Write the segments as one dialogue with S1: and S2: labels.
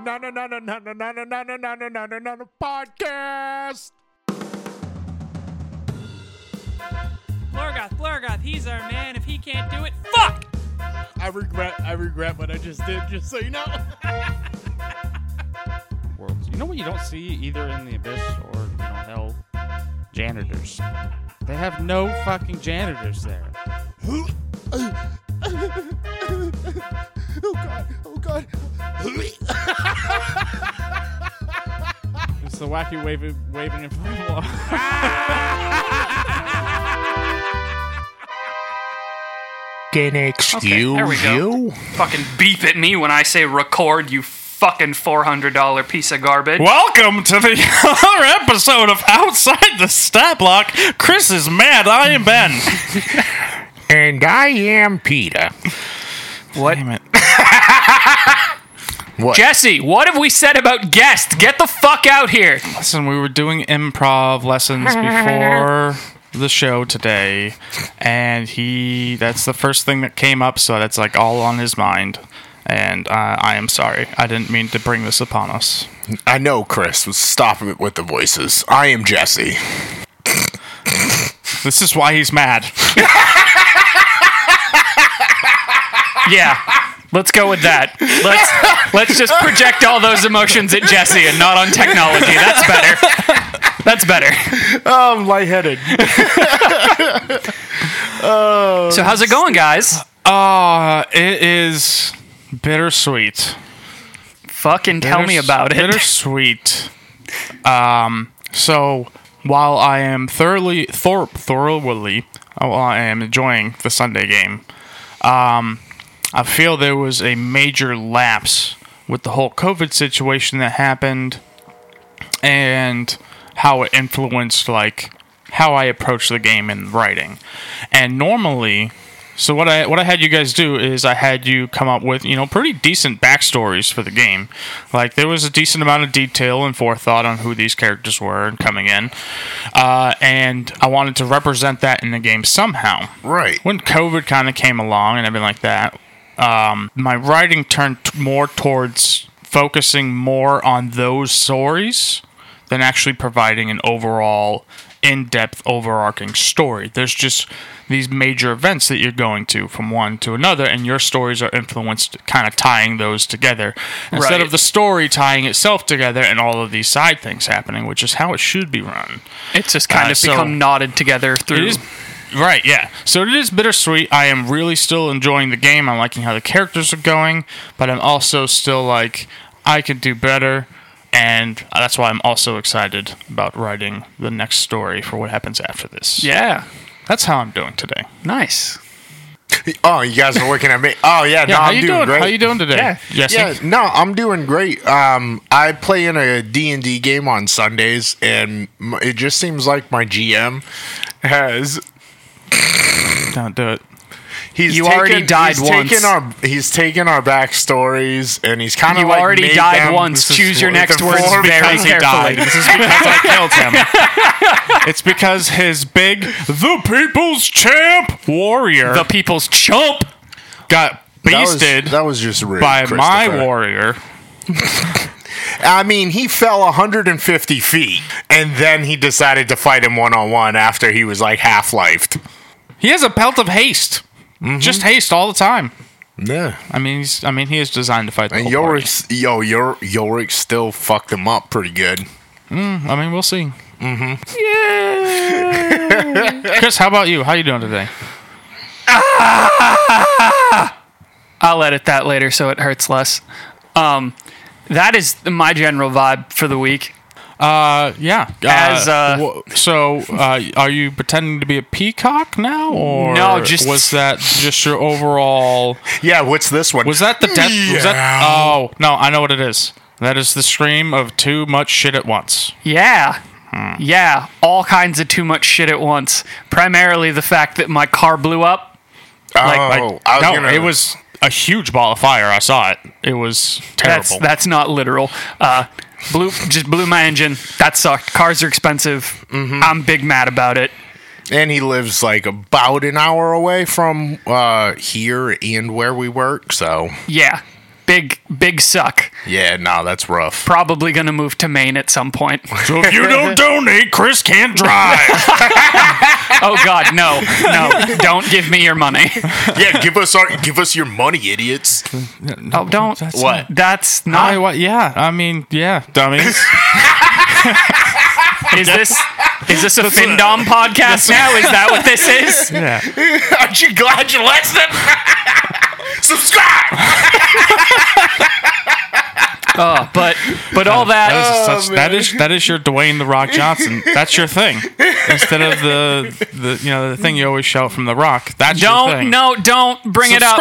S1: no no no no no no no no no no no no no podcast.
S2: Lorgoth, Lorgoth, he's our man. If he can't do it, fuck!
S1: I regret I regret what I just did. Just so you know.
S3: worlds. You know what you don't see either in the abyss or you know hell? Janitors. They have no fucking janitors there.
S1: oh god! Oh god!
S3: It's the wacky waving waving inflatable.
S4: Can excuse
S5: there we go.
S4: you?
S5: Fucking beep at me when I say record, you fucking $400 piece of garbage.
S3: Welcome to the other episode of Outside the Stat Block. Chris is mad. I am Ben.
S4: And I am Peter.
S5: What?
S3: Damn it.
S4: What?
S5: Jesse, what have we said about guest? Get the fuck out here.
S3: Listen, we were doing improv lessons before the show today, and he—that's the first thing that came up. So that's like all on his mind, and uh, I am sorry. I didn't mean to bring this upon us.
S4: I know Chris was stopping it with the voices. I am Jesse.
S3: This is why he's mad.
S5: Yeah. Let's go with that. Let's let's just project all those emotions at Jesse and not on technology. That's better. That's better.
S4: Oh, I'm lightheaded.
S5: So how's it going, guys?
S3: Uh, it is bittersweet.
S5: Fucking tell me
S3: Bitters-
S5: about it.
S3: Bittersweet. Um, so while I am thoroughly, thor- thoroughly, oh, I am enjoying the Sunday game. Um, I feel there was a major lapse with the whole COVID situation that happened, and how it influenced like how I approach the game in writing. And normally, so what I what I had you guys do is I had you come up with you know pretty decent backstories for the game. Like there was a decent amount of detail and forethought on who these characters were and coming in, uh, and I wanted to represent that in the game somehow.
S4: Right.
S3: When COVID kind of came along and everything like that, um, my writing turned t- more towards focusing more on those stories than actually providing an overall in-depth overarching story there's just these major events that you're going to from one to another and your stories are influenced kind of tying those together instead
S5: Right.
S3: of the story tying itself together and all of these side things happening which is how it should be run
S5: It's just kind
S3: Uh,
S5: of
S3: so-
S5: become knotted together through
S3: it is right, yeah. So it is bittersweet. I am really still enjoying the game. I'm liking how the characters are going, but I'm also still like I could do better, and that's why I'm also excited about writing the next story for what happens after this.
S5: Yeah.
S3: that's how I'm doing today.
S5: Nice.
S4: Oh, you guys are looking at me. Oh yeah, no,
S3: Yeah, how
S4: I'm
S3: you
S4: doing,
S3: doing?
S4: great.
S3: How you doing today?
S4: Yeah,
S3: Jesse?
S4: yeah, no, I'm doing great. Um, I play in a D and D game on Sundays, and m- it just seems like my GM has
S3: Don't do it.
S4: he's
S5: You
S4: taken,
S5: already died
S4: he's
S5: once.
S4: Taken our, he's taken our backstories, and he's kind of
S5: You
S4: like
S5: already
S4: made
S5: died
S4: them-
S5: once.
S3: is
S5: Choose your
S3: what-
S5: next
S4: the
S5: words
S4: form
S5: very
S3: Because he died.
S5: carefully.
S3: This is because I killed him. it's because his big the people's champ warrior
S5: The people's chump.
S3: got
S4: That was,
S3: beasted.
S4: that was just rude,
S3: by my
S4: Christopher.
S3: warrior.
S4: I mean, he fell 150 feet, and then he decided to fight him one on one after he was like half lifed.
S3: He has a pelt of haste. Just haste all the time.
S4: Yeah,
S3: I mean, he's, I mean, he is designed to fight the
S4: and
S3: whole party.
S4: Yorick, yo, Yor- Yorick still fucked him up pretty good.
S3: I mean, we'll see. Mm-hmm. Yeah. Chris, how about you? How you doing today?
S5: I'll edit that later so it hurts less. Um, that is my general vibe for the week.
S3: Uh, yeah.
S5: As, uh,
S3: wha- so, uh, are you pretending to be a peacock now, or
S5: No, just-
S3: was that just your overall?
S4: Yeah, what's this one?
S3: Was that the death? Was that?
S4: Meow.
S3: Oh no, I know what it is. That is the stream of too much shit at once.
S5: Yeah.
S3: Hmm.
S5: Yeah. All kinds of too much shit at once. Primarily the fact that my car blew up.
S4: oh,
S3: Like,
S4: I was
S3: no,
S4: gonna-
S3: it was a huge ball of fire. I saw it. It was terrible.
S5: That's that's not literal. Uh, blew just blew my engine. That sucked. Cars are expensive. I'm big mad about it.
S4: and he lives like about an hour away from uh, here and where we work. So
S5: Yeah. Big big suck.
S4: Yeah, no, that's rough.
S5: Probably gonna move to Maine at some point.
S6: So if you don't donate, Chris can't drive.
S5: Oh God, no, no! Don't give me your money.
S4: yeah, give us our give us your money, idiots.
S5: Oh, don't.
S4: What?
S5: That's
S6: I,
S5: not.
S6: what? Yeah, I mean, yeah, dummies.
S5: Is this? Is this a FinDom podcast now? Is that what this is?
S6: Yeah.
S4: Aren't you glad you listened? Subscribe.
S5: Oh, but but all that.
S6: That is, such, that is that is your Dwayne the Rock Johnson. That's your thing. Instead of the the you know the thing you always shout from the Rock. That's your
S5: Don't
S6: thing.
S5: no. Don't bring it up.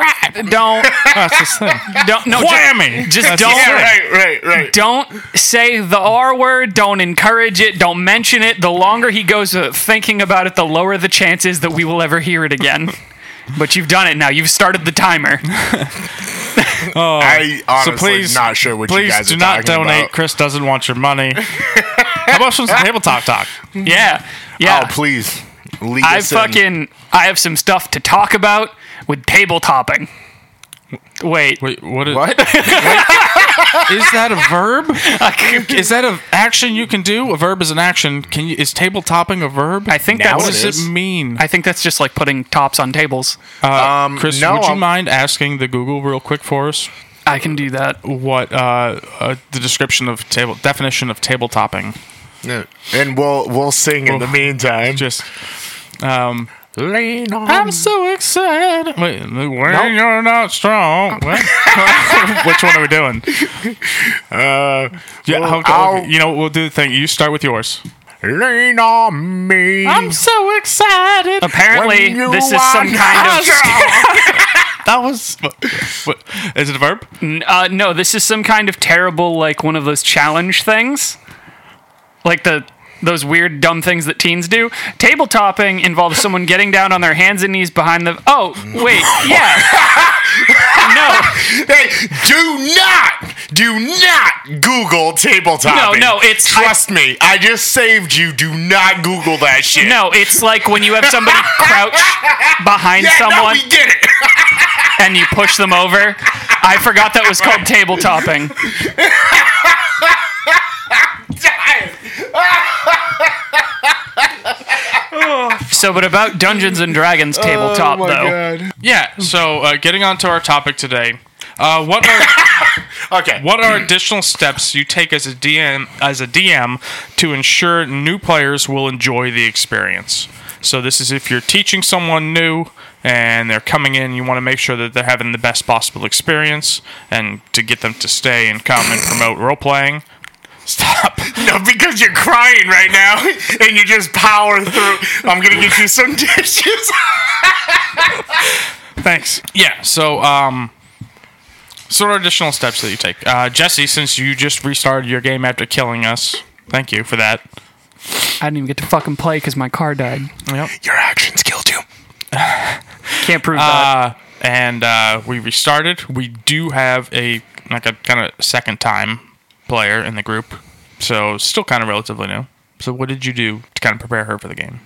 S5: Don't
S6: That's his thing.
S5: don't no. ju-
S6: Whammy.
S5: Just,
S6: That's
S5: don't.
S6: his
S4: Yeah, right, right, right.
S5: Don't say the R word. Don't encourage it. Don't mention it. The longer he goes uh, thinking about it, the lower the chances that we will ever hear it again. But you've done it now. You've started the timer.
S4: I honestly
S6: please-
S4: not sure what
S6: Please
S4: you guys
S6: do
S4: are
S6: not
S4: talking
S6: donate.
S4: about.
S6: Chris doesn't want your money. How about some tabletop talk?
S5: Yeah. Yeah.
S4: Oh, please. Lead
S5: I
S4: us in.
S5: fucking I have some stuff to talk about with table topping. Wait,
S6: Wait, what is,
S4: what?
S6: is that a verb? Is that an action you can do? A verb is an action. Can you? Is tabletopping a verb?
S5: I think
S4: Now
S5: that's
S6: What
S4: it
S6: does
S4: is.
S6: it mean?
S5: I think that's just like putting tops on tables.
S4: Um,
S6: Chris,
S4: no,
S6: would you
S4: I'm-
S6: mind asking the Google real quick for us
S5: I can do that.
S6: what uh, uh, the description of table definition of table topping?
S4: No. And we'll we'll sing in the meantime.
S6: Just um,
S4: lean on.
S6: I'm so excited. Wait, when you're not strong. What? Which one are we doing?
S4: Uh,
S6: Yeah,
S4: well,
S6: okay,
S4: I'll-
S6: okay. you know we'll do the thing. You start with yours.
S4: lean on me.
S6: so excited.
S5: Apparently,
S4: When you
S5: this is some
S4: are
S5: kind
S6: That was. What, what, is it a verb?
S5: of uh, no. This is some kind of terrible like one of those challenge things, like the those weird dumb things that teens do. Table topping involves someone getting down on their hands and knees behind the. Oh wait, yeah. no,
S4: Hey, do not, do not Google tabletop.
S5: No, no, it's-
S4: trust me. I just saved you. Do not Google that shit.
S5: No, it's like when you have somebody crouch behind
S4: yeah, no,
S5: someone
S4: we get it.
S5: and you push them over. I forgot that was called table topping. so, but about Dungeons and Dragons tabletop though.
S6: Yeah. So uh, getting on to our topic today, uh, what are
S4: Okay.
S6: what are additional steps you take as a DM as a DM to ensure new players will enjoy the experience? So this is if you're teaching someone new and they're coming in, you want to make sure that they're having the best possible experience and to get them to stay and come and promote role playing. Stop.
S4: No, because you're crying right now and you just power through. I'm gonna get you some dishes.
S6: Thanks. Yeah. So, um, so what are additional steps that you take, uh, Jesse? Since you just restarted your game after killing us, thank you for that.
S5: I didn't even get to fucking play because my car died.
S4: Your actions killed you.
S5: Can't prove that.
S6: Uh, and uh, we restarted. We do have a like a kind of second time player in the group, so still kind of relatively new. So, what did you do to kind of prepare her for the game?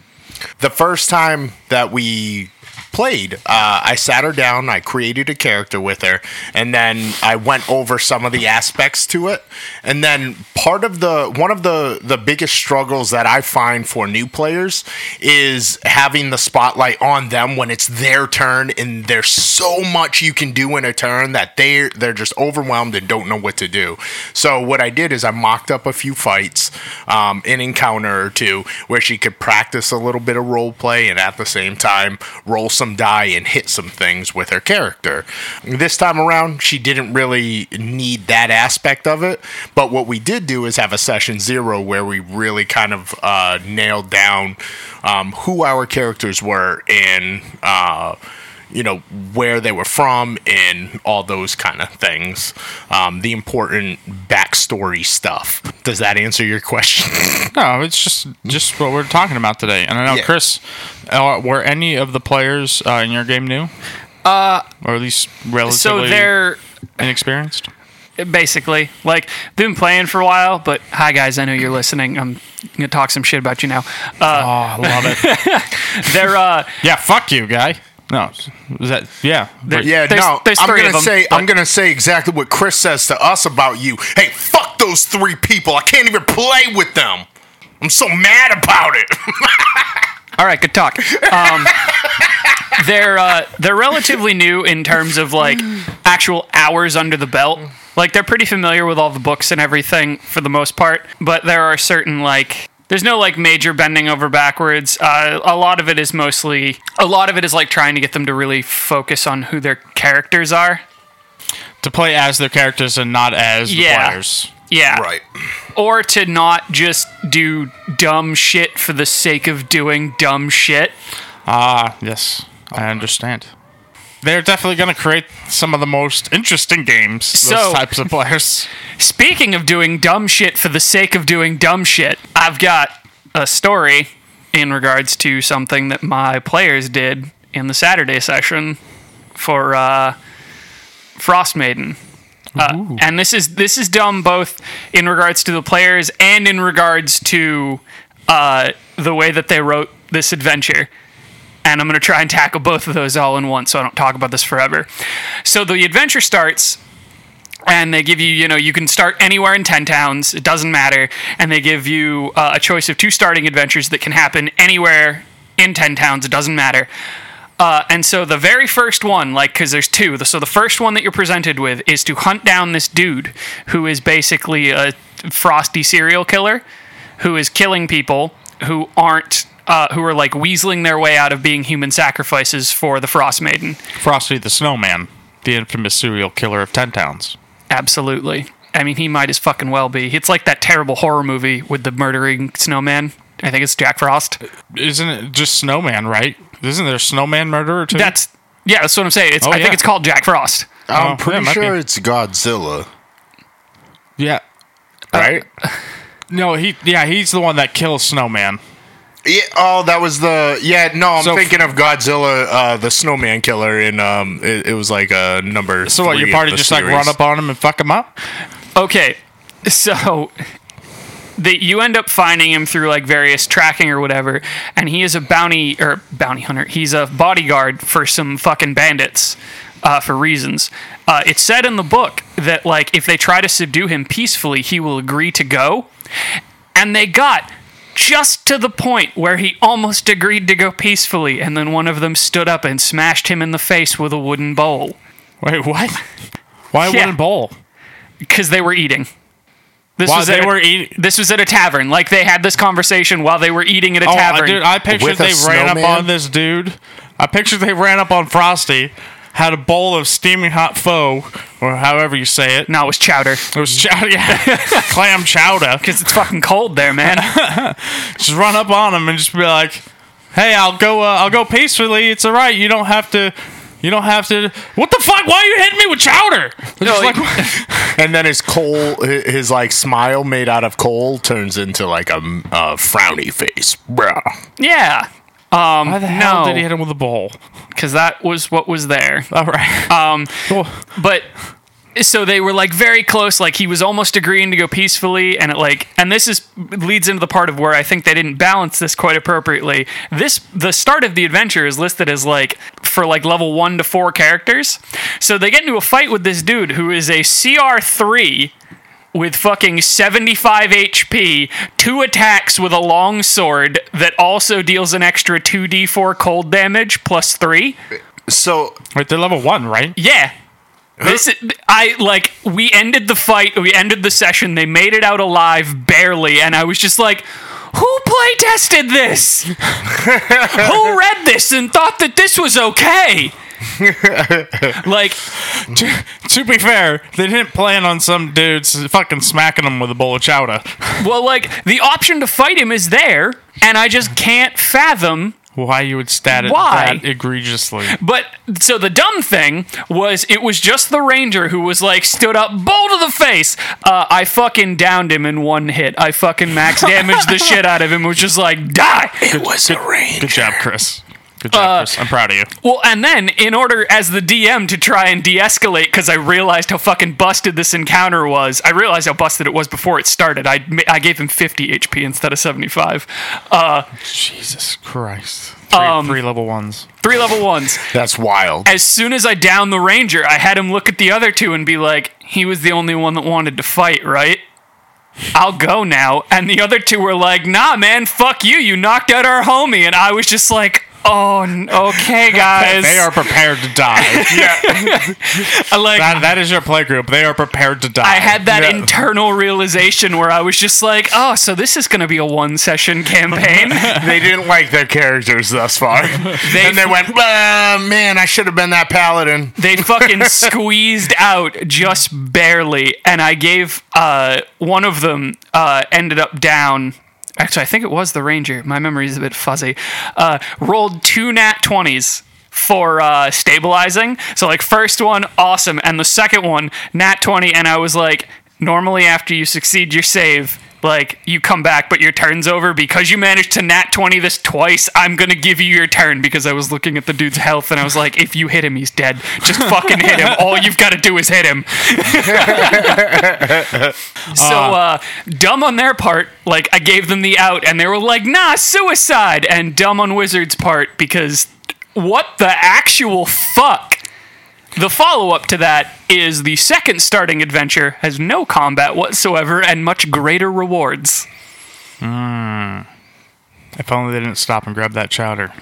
S4: the first time that we played, uh, I sat her down, I created a character with her, and then I went over some of the aspects to it. And then part of the one of the the biggest struggles that I find for new players is having the spotlight on them when it's their turn, and there's so much you can do in a turn that they are they're just overwhelmed and don't know what to do. So what I did is I mocked up a few fights, um, an encounter or two, where she could practice a little bit of role play and at the same time roll some die and hit some things with her character. This time around, she didn't really need that aspect of it. But what we did do is have a session zero where we really kind of uh, nailed down um, who our characters were and. Uh, you know where they were from and all those kind of things um, the important backstory stuff does that answer your question
S6: No, it's just just what we're talking about today. And I know,
S4: Yeah.
S6: Chris, uh, were any of the players uh, in your game new? Uh, or at least
S5: so
S6: relatively
S5: they're
S6: inexperienced.
S5: basically. Like, been playing for a while, but hi guys, I know you're listening. I'm gonna talk some shit about you now. Uh,
S6: Oh, I love it.
S5: they're uh,
S6: yeah, fuck you, guy. No, is that yeah? But-
S4: Yeah,
S7: There's-
S4: no.
S7: there's
S4: I'm
S7: three
S4: gonna
S7: of them,
S4: say I'm
S7: but-
S4: gonna say exactly what Chris says to us about you. Hey, fuck those three people. I can't even play with them. I'm so mad about it.
S7: All right, good talk. Um, they're uh, they're relatively new in terms of like actual hours under the belt. Like they're pretty familiar with all the books and everything for the most part, but there are certain like there's no like major bending over backwards. Uh, a lot of it is mostly a lot of it is like trying to get them to really focus on who their characters are.
S6: to play as their characters and not as
S7: Yeah.
S6: the players.
S7: Yeah, Or to not just do dumb shit for the sake of doing dumb shit.
S6: Ah, yes, I understand. They're definitely going to create some of the most interesting games.
S7: So-
S6: those types of players.
S7: Speaking of doing dumb shit for the sake of doing dumb shit, I've got a story in regards to something that my players did in the Saturday session for uh, Frost Maiden. Uh, and this is this is dumb both in regards to the players and in regards to uh, the way that they wrote this adventure. And I'm going to try and tackle both of those all in once, so I don't talk about this forever. So the adventure starts and they give you you know you can start anywhere in 10 towns it doesn't matter and they give you uh, a choice of two starting adventures that can happen anywhere in 10 towns it doesn't matter uh, and so the very first one like because there's two so the first one that you're presented with is to hunt down this dude who is basically a frosty serial killer who is killing people who aren't uh, who are like weaseling their way out of being human sacrifices for the frost maiden
S6: Frosty the Snowman, the infamous serial killer of Ten Towns.
S7: Absolutely. I mean, he might as fucking well be. It's like that terrible horror movie with the murdering snowman. I think it's Jack Frost.
S6: Uh, Isn't it just Snowman, right? Isn't there a Snowman murderer too?
S7: That's yeah, that's what I'm saying. It's,
S6: Oh,
S7: I think
S6: yeah.
S7: it's called Jack Frost.
S6: I'm Oh, pretty yeah, it might sure be.
S4: it's Godzilla,
S6: yeah.
S4: right?
S6: Uh, No, he yeah he's the one that kills Snowman.
S4: yeah. Oh, that was the yeah. No, I'm
S6: So f-
S4: thinking of Godzilla, uh, the Snowman Killer, and um, it, it was like a uh, number.
S6: So what?
S4: three
S6: Your
S4: of
S6: party
S4: the
S6: just like
S4: series.
S6: run up on him and fuck him up?
S7: Okay, so the, you end up finding him through like various tracking or whatever, and he is a bounty or bounty hunter. He's a bodyguard for some fucking bandits uh, for reasons. Uh, it's said in the book that like if they try to subdue him peacefully, he will agree to go, and they got. Just to the point where he almost agreed to go peacefully, and then one of them stood up and smashed him in the face with a wooden bowl.
S6: Wait, what? Why
S7: Yeah.
S6: wouldn't bowl?
S7: because they were eating. This
S6: While
S7: was
S6: they
S7: at a-
S6: were eating-
S7: This was at a tavern. Like they had this conversation while they were eating at a
S6: Oh,
S7: tavern.
S6: dude, I pictured
S4: With a
S6: they ran up
S4: snowman?
S6: on this dude. I pictured they ran up on Frosty, had a bowl of steaming hot pho, or however you say it.
S7: no, it was chowder
S6: It was chow- yeah, clam chowder.
S7: because it's fucking cold there, man.
S6: Just run up on him and just be like, "Hey, I'll go. Uh, I'll go peacefully. It's all right. You don't have to. You don't have to. What the fuck? Why are you hitting me with chowder?" Just like-
S4: And then his coal, hi- his like smile made out of coal, turns into like a, m- a frowny face. Bruh.
S7: yeah,
S6: why the hell
S7: no.
S6: did he hit him with a bowl?
S7: because that was what was there.
S6: All right. Um.
S7: But so they were like very close. Like he was almost agreeing to go peacefully, and it like and this is leads into the part of where I think they didn't balance this quite appropriately. This the start of the adventure is listed as like for like level one to four characters. So they get into a fight with this dude who is a CR three with fucking 75 HP, two attacks with a long sword that also deals an extra 2d4 cold damage plus 3.
S4: So
S6: Wait, they're level one, right?
S7: Yeah. This is, I like we ended the fight, we ended the session, they made it out alive barely, and I was just like, who play tested this? who read this and thought that this was okay? like
S6: to, to be fair, they didn't plan on some dudes fucking smacking him with a bowl of chowder.
S7: well like the option to fight him is there, and I just can't fathom
S6: Why you would stat it
S7: Why?
S6: that egregiously?
S7: But so the dumb thing was, it was just the ranger who was like stood up, bold to the face. Uh, I fucking downed him in one hit. I fucking max damaged the shit out of him. Was Uh, just like die.
S4: it was a rain.
S6: Good job, Chris. Good job, Chris. I'm proud of you.
S7: Well, and then in order as the DM to try and de-escalate because I realized how fucking busted this encounter was. I realized how busted it was before it started. I ma- I gave him 50 HP instead of 75. Uh,
S6: Jesus Christ. Three,
S7: Um,
S6: three level ones.
S7: three level ones.
S4: That's wild.
S7: As soon as I downed the ranger, I had him look at the other two and be like, "He was the only one that wanted to fight, right?" I'll go now. And the other two were like, "Nah, man, fuck you. You knocked out our homie." And I was just like, "Oh, n- okay, guys."
S6: They are prepared to die.
S7: I like
S6: that, that is your playgroup. They are prepared to die.
S7: I had that
S6: Yeah.
S7: internal realization where I was just like, oh, so this is going to be a one session campaign.
S4: they didn't like their characters thus far. and they went, "Ah, man, I should have been that paladin.
S7: they fucking squeezed out just barely. And I gave uh, one of them uh, ended up down. Actually, I think it was the Ranger. My memory is a bit fuzzy. Uh, rolled two nat 20s for uh, stabilizing. So, like, first one, awesome. And the second one, nat 20. And I was like, normally after you succeed your save, like you come back but your turn's over because you managed to nat 20 this twice i'm gonna give you your turn because i was looking at the dude's health and i was like if you hit him he's dead just fucking hit him all you've got to do is hit him so uh dumb on their part like i gave them the out and they were like nah suicide and dumb on wizard's part because what the actual fuck the follow up to that is the second starting adventure has no combat whatsoever and much greater rewards.
S6: If only they didn't stop and grab that chowder.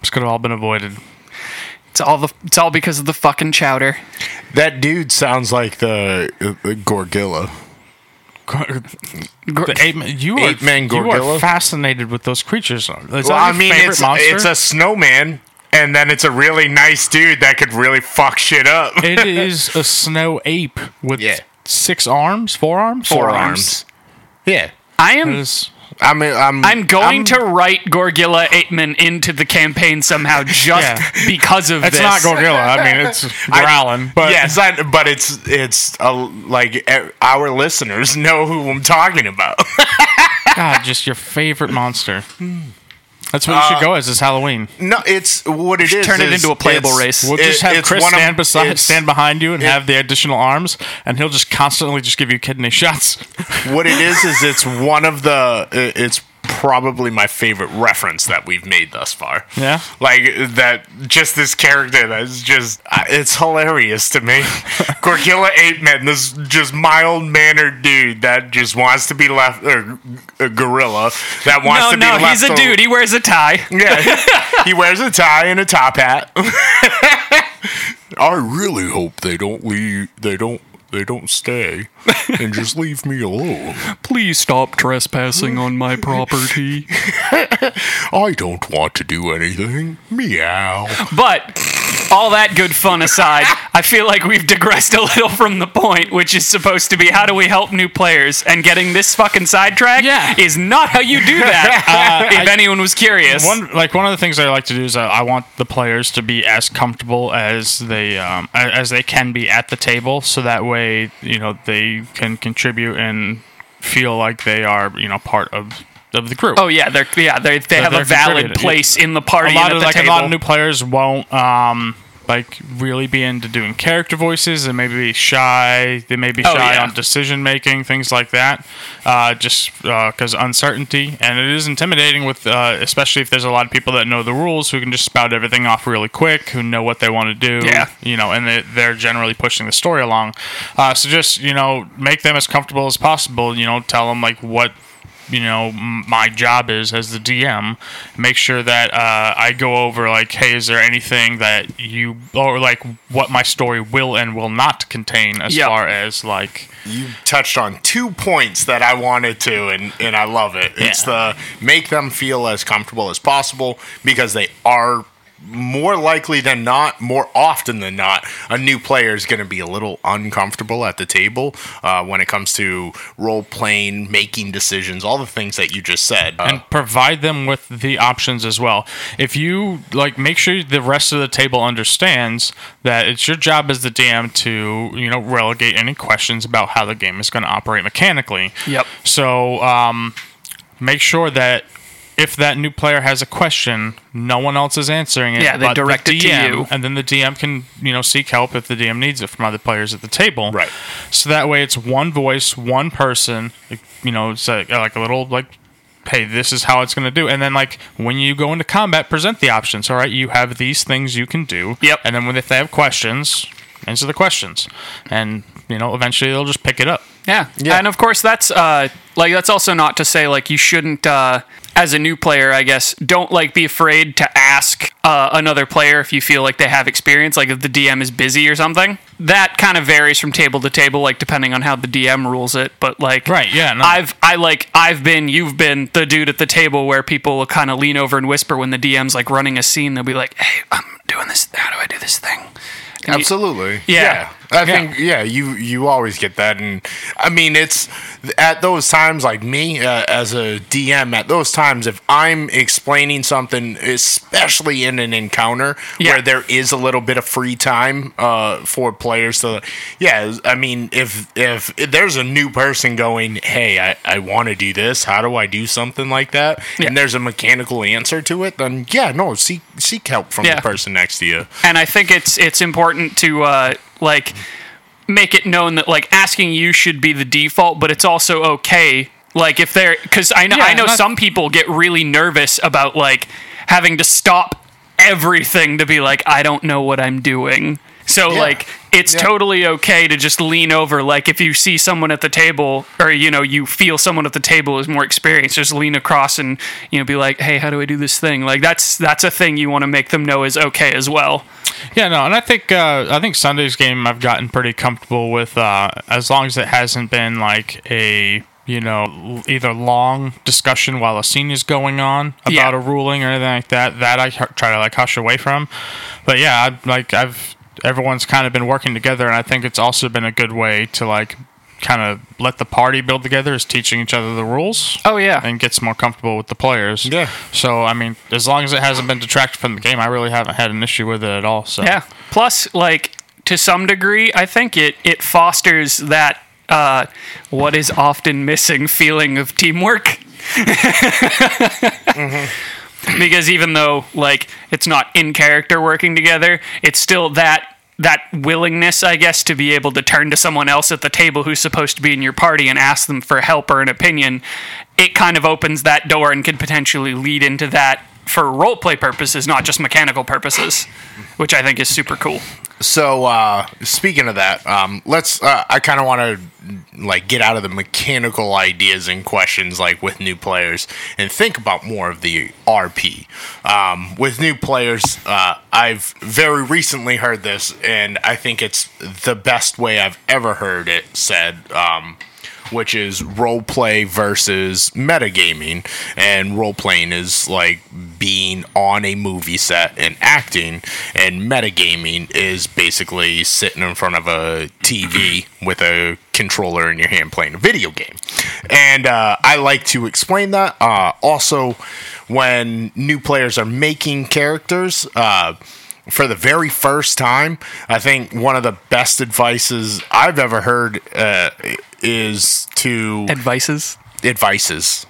S6: This could have all been avoided.
S7: It's all the it's all because of the fucking chowder.
S4: That dude sounds like the, the Gorgilla.
S7: Gr-
S6: The ape, man- you are,
S4: Ape-man
S6: you are
S4: gorilla?
S6: fascinated with those creatures. Is that
S4: Well,
S6: your
S4: I mean,
S6: favorite
S4: it's,
S6: monster?
S4: it's a snowman, and then it's a really nice dude that could really fuck shit up.
S6: it is a snow ape with
S4: Yeah.
S6: six arms, four arms,
S4: Forearms. Yeah.
S7: I
S6: It
S4: Mm.
S7: am
S6: is-
S4: I mean, I'm,
S7: I'm going
S4: I'm-
S7: to write Gorgilla Aitman into the campaign somehow just
S6: Yeah.
S7: because of
S6: It's
S7: this.
S6: not gorilla. I mean, it's growling. but
S4: yes, I, but it's it's uh like uh, our listeners know who I'm talking about.
S6: God, just your favorite monster. That's what you
S4: Uh,
S6: should go as. Is Halloween.
S4: no, it's what it is.
S7: turn it
S4: is
S7: into a playable
S4: it's-
S7: race.
S6: We'll just
S4: it-
S6: have
S4: it's
S6: Chris
S4: one of-
S6: stand beside,
S4: it's-
S6: stand behind you, and have the additional arms, and he'll just constantly just give you kidney shots.
S4: what it is is it's one of the i- it's probably my favorite reference that we've made thus far
S6: Yeah?
S4: like that just this character that's just I- it's hilarious to me gorgilla ape man this just mild mannered dude that just wants to be left or a gorilla that wants
S7: No,
S4: to
S7: no,
S4: be left
S7: he's a
S4: al-
S7: dude. He wears a tie.
S4: yeah he wears a tie and a top hat i really hope they don't leave they don't they don't stay and just leave me alone
S7: Please stop trespassing on my property.
S4: I don't want to do anything. Meow.
S7: But all that good fun aside, I feel like we've digressed a little from the point, which is supposed to be how do we help new players? And getting this fucking sidetrack
S6: Yeah. Uh,
S7: is not how you do that. if anyone was curious,
S6: One like one of the things I like to do is I, I want the players to be as comfortable as they um, a- as they can be at the table, so that way you know they can contribute and feel like they are you know part of of the group.
S7: oh yeah, they're yeah they they have
S6: they're
S7: a valid
S6: contributed.
S7: place in the party.
S6: a lot
S7: and at
S6: of
S7: the
S6: like
S7: table.
S6: a lot of new players won't um like really be into doing character voices they may be shy they may be
S7: Oh,
S6: shy
S7: yeah.
S6: on decision making things like that uh just because uncertainty and it is intimidating with uh especially if there's a lot of people that know the rules who can just spout everything off really quick who know what they want to do
S7: Yeah.
S6: you know and they, they're generally pushing the story along uh so just you know make them as comfortable as possible you know tell them like what you know m- my job is as the DM. Make sure that uh, I go over like, hey, is there anything that you or like what my story will and will not contain as
S7: Yeah.
S6: far as like
S4: You touched on two points that I wanted to, and, and I love it. It's the make them feel as comfortable as possible because they are more likely than not, more often than not, a new player is going to be a little uncomfortable at the table uh, when it comes to role playing, making decisions, all the things that you just said. Uh,
S6: and provide them with the options as well. If you like, make sure the rest of the table understands that it's your job as the DM to you know relegate any questions about how the game is going to operate mechanically.
S7: Yep.
S6: So um, make sure that if that new player has a question, no one else is answering it.
S7: Yeah, they
S6: but the
S7: direct it to
S6: DM,
S7: you.
S6: and then the DM can you know seek help if the DM needs it from other players at the table.
S4: Right.
S6: So that way, it's one voice, one person. like, You know, it's like, like a little like. Hey, this is how it's going to do. And then, like, when you go into combat, present the options. All right, you have these things you can do.
S7: Yep.
S6: And then, when if they have questions, answer the questions. And, you know, eventually they'll just pick it up.
S7: Yeah. And of course that's uh like that's also not to say like you shouldn't uh as a new player, I guess, don't like be afraid to ask uh, another player if you feel like they have experience, like if the DM is busy or something. That kind of varies from table to table, like depending on how the DM rules it. But like,
S6: Right, yeah, no.
S7: I've I like I've been, you've been the dude at the table where people will kind of lean over and whisper when the DM's like running a scene. They'll be like, "Hey, I'm doing this. How do I do this thing?" And you-
S4: Absolutely.
S7: Yeah.
S4: I think yeah, you you always get that and I mean it's at those times like me uh, as a DM at those times if I'm explaining something especially in an encounter
S7: Yeah.
S4: where there is a little bit of free time uh for players to yeah, I mean if if, if there's a new person going, "Hey, I I want to do this. How do I do something like that?"
S7: Yeah.
S4: and there's a mechanical answer to it, then yeah, no, seek seek help from
S7: Yeah.
S4: the person next to you.
S7: and I think it's it's important to uh, like make it known that like asking you should be the default, but it's also okay. Like if they're because I know
S6: Yeah,
S7: I know
S6: and that's-
S7: some people get really nervous about like having to stop everything to be like I don't know what I'm doing. So
S4: Yeah.
S7: like it's
S4: Yeah.
S7: totally okay to just lean over. Like if you see someone at the table or you know you feel someone at the table is more experienced, just lean across and you know be like, hey, how do I do this thing? Like that's that's a thing you want to make them know is okay as well.
S6: Yeah, no, and I think uh, I think Sunday's game I've gotten pretty comfortable with uh, as long as it hasn't been like a you know l- either long discussion while a scene is going on about
S7: Yeah.
S6: a ruling or anything like that. That I hu- try to like hush away from. But yeah, I, like I've everyone's kind of been working together, and I think it's also been a good way to like kind of let the party build together is teaching each other the rules
S7: Oh yeah,
S6: and gets more comfortable with the players.
S4: Yeah.
S6: So I mean, as long as it hasn't been detracted from the game, I really haven't had an issue with it at all. So
S7: yeah. Plus, like to some degree, I think it it fosters that uh, what is often missing feeling of teamwork. Because even though like it's not in character working together, it's still that that willingness, I guess, to be able to turn to someone else at the table who's supposed to be in your party and ask them for help or an opinion. It kind of opens that door and could potentially lead into that for role play purposes, not just mechanical purposes, which I think is super cool.
S4: So uh, speaking of that, um, let's. Uh, I kind of want to like get out of the mechanical ideas and questions like with new players and think about more of the RP. Um, with new players, uh, I've very recently heard this, and I think it's the best way I've ever heard it said. Um, which is role play versus metagaming. And role playing is like being on a movie set and acting, and metagaming is basically sitting in front of a TV with a controller in your hand playing a video game. And uh, I like to explain that. Uh, also, when new players are making characters, uh, for the very first time, I think one of the best advices I've ever heard uh, is to
S7: Advices?
S4: advices.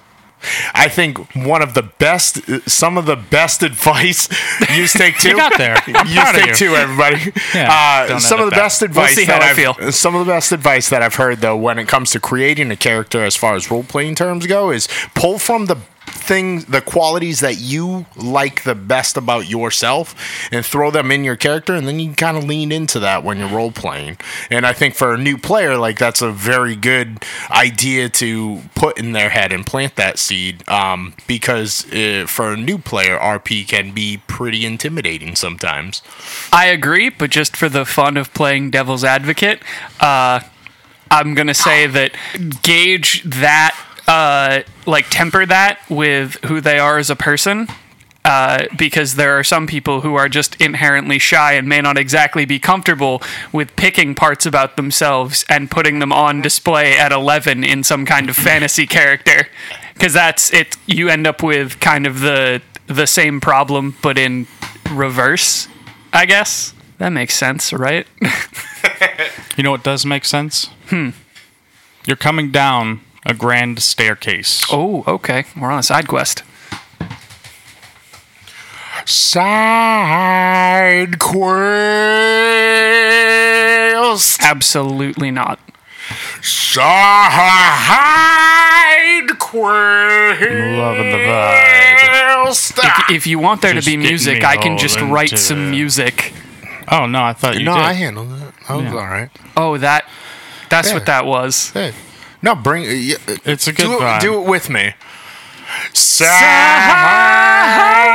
S4: I think one of the best, some of the best advice you take two.
S6: got there. I'm
S4: You
S6: proud of
S4: take
S6: you.
S4: two, everybody.
S6: Yeah,
S4: uh,
S6: don't
S4: some
S6: edit
S4: of the
S6: that.
S4: best advice
S7: see how
S4: that
S7: I
S4: I've,
S7: feel.
S4: some of the best advice that I've heard though when it comes to creating a character as far as role playing terms go is pull from the things the qualities that you like the best about yourself and throw them in your character and then you can kind of lean into that when you're role playing and i think for a new player like that's a very good idea to put in their head and plant that seed um, because uh, for a new player rp can be pretty intimidating sometimes
S7: I agree, but just for the fun of playing devil's advocate, uh, I'm gonna say that gauge that, uh, like temper that with who they are as a person. Uh, because there are some people who are just inherently shy and may not exactly be comfortable with picking parts about themselves and putting them on display at 11 in some kind of fantasy character. Because that's it, you end up with kind of the the same problem, but in reverse. I guess that makes sense, right?
S6: You know what does make sense? Hmm. You're coming down a grand staircase.
S7: oh, okay. We're on a side quest.
S4: side quills.
S7: Absolutely not.
S4: Side quills.
S6: Loving the vibe.
S7: If, if you want there
S6: Just
S7: to be
S6: getting
S7: music,
S6: me
S7: I can
S6: all
S7: just
S6: into
S7: write some
S6: it.
S7: music.
S6: Oh no, I thought you
S4: no,
S6: did.
S4: I handled it. I was all right.
S7: Oh, that. That's
S4: Yeah.
S7: what that was.
S4: Hey, no, bring. y- y-
S6: It's a good
S4: do
S6: vibe.
S4: It, do it with me.
S7: Side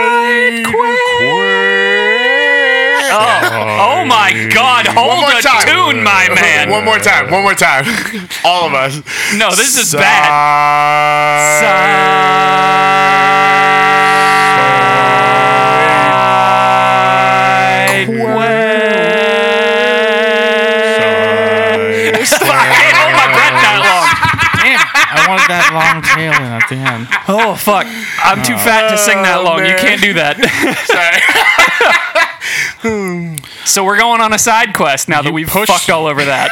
S7: Oh, oh my god, hold
S4: more
S7: a
S4: time.
S7: tune, my man.
S4: One more time. One more time. All of us.
S7: No, this is bad. I can't hold my breath that
S6: I wanted that long tail in at the end.
S7: long. Oh fuck. I'm too fat to sing that long. You
S4: man.
S7: can't do that. so we're going on a side quest now that we've
S6: pushed-
S7: fucked all over that.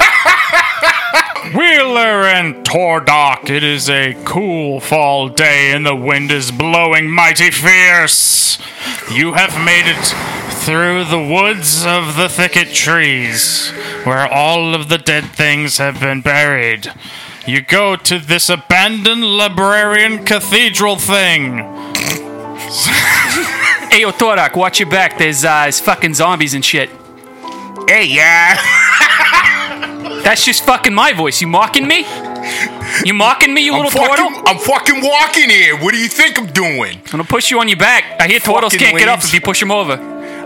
S6: Wheeler and Tordok, it is a cool fall day and the wind is blowing mighty fierce. You have made it through the woods of the thicket trees, where all of the dead things have been buried. You go to this abandoned librarian cathedral thing.
S7: hey yo Thorak, watch your back. There's uh it's fucking zombies and shit.
S4: Hey, yeah.
S7: That's just fucking my voice. You mocking me? You mocking me, you
S4: I'm
S7: little
S4: fucking,
S7: turtle?
S4: I'm fucking walking here. What do you think I'm doing?
S7: I'm gonna push you on your back. I hear turtles
S4: Fucking
S7: can't get up
S4: leaves.
S7: if you push them over.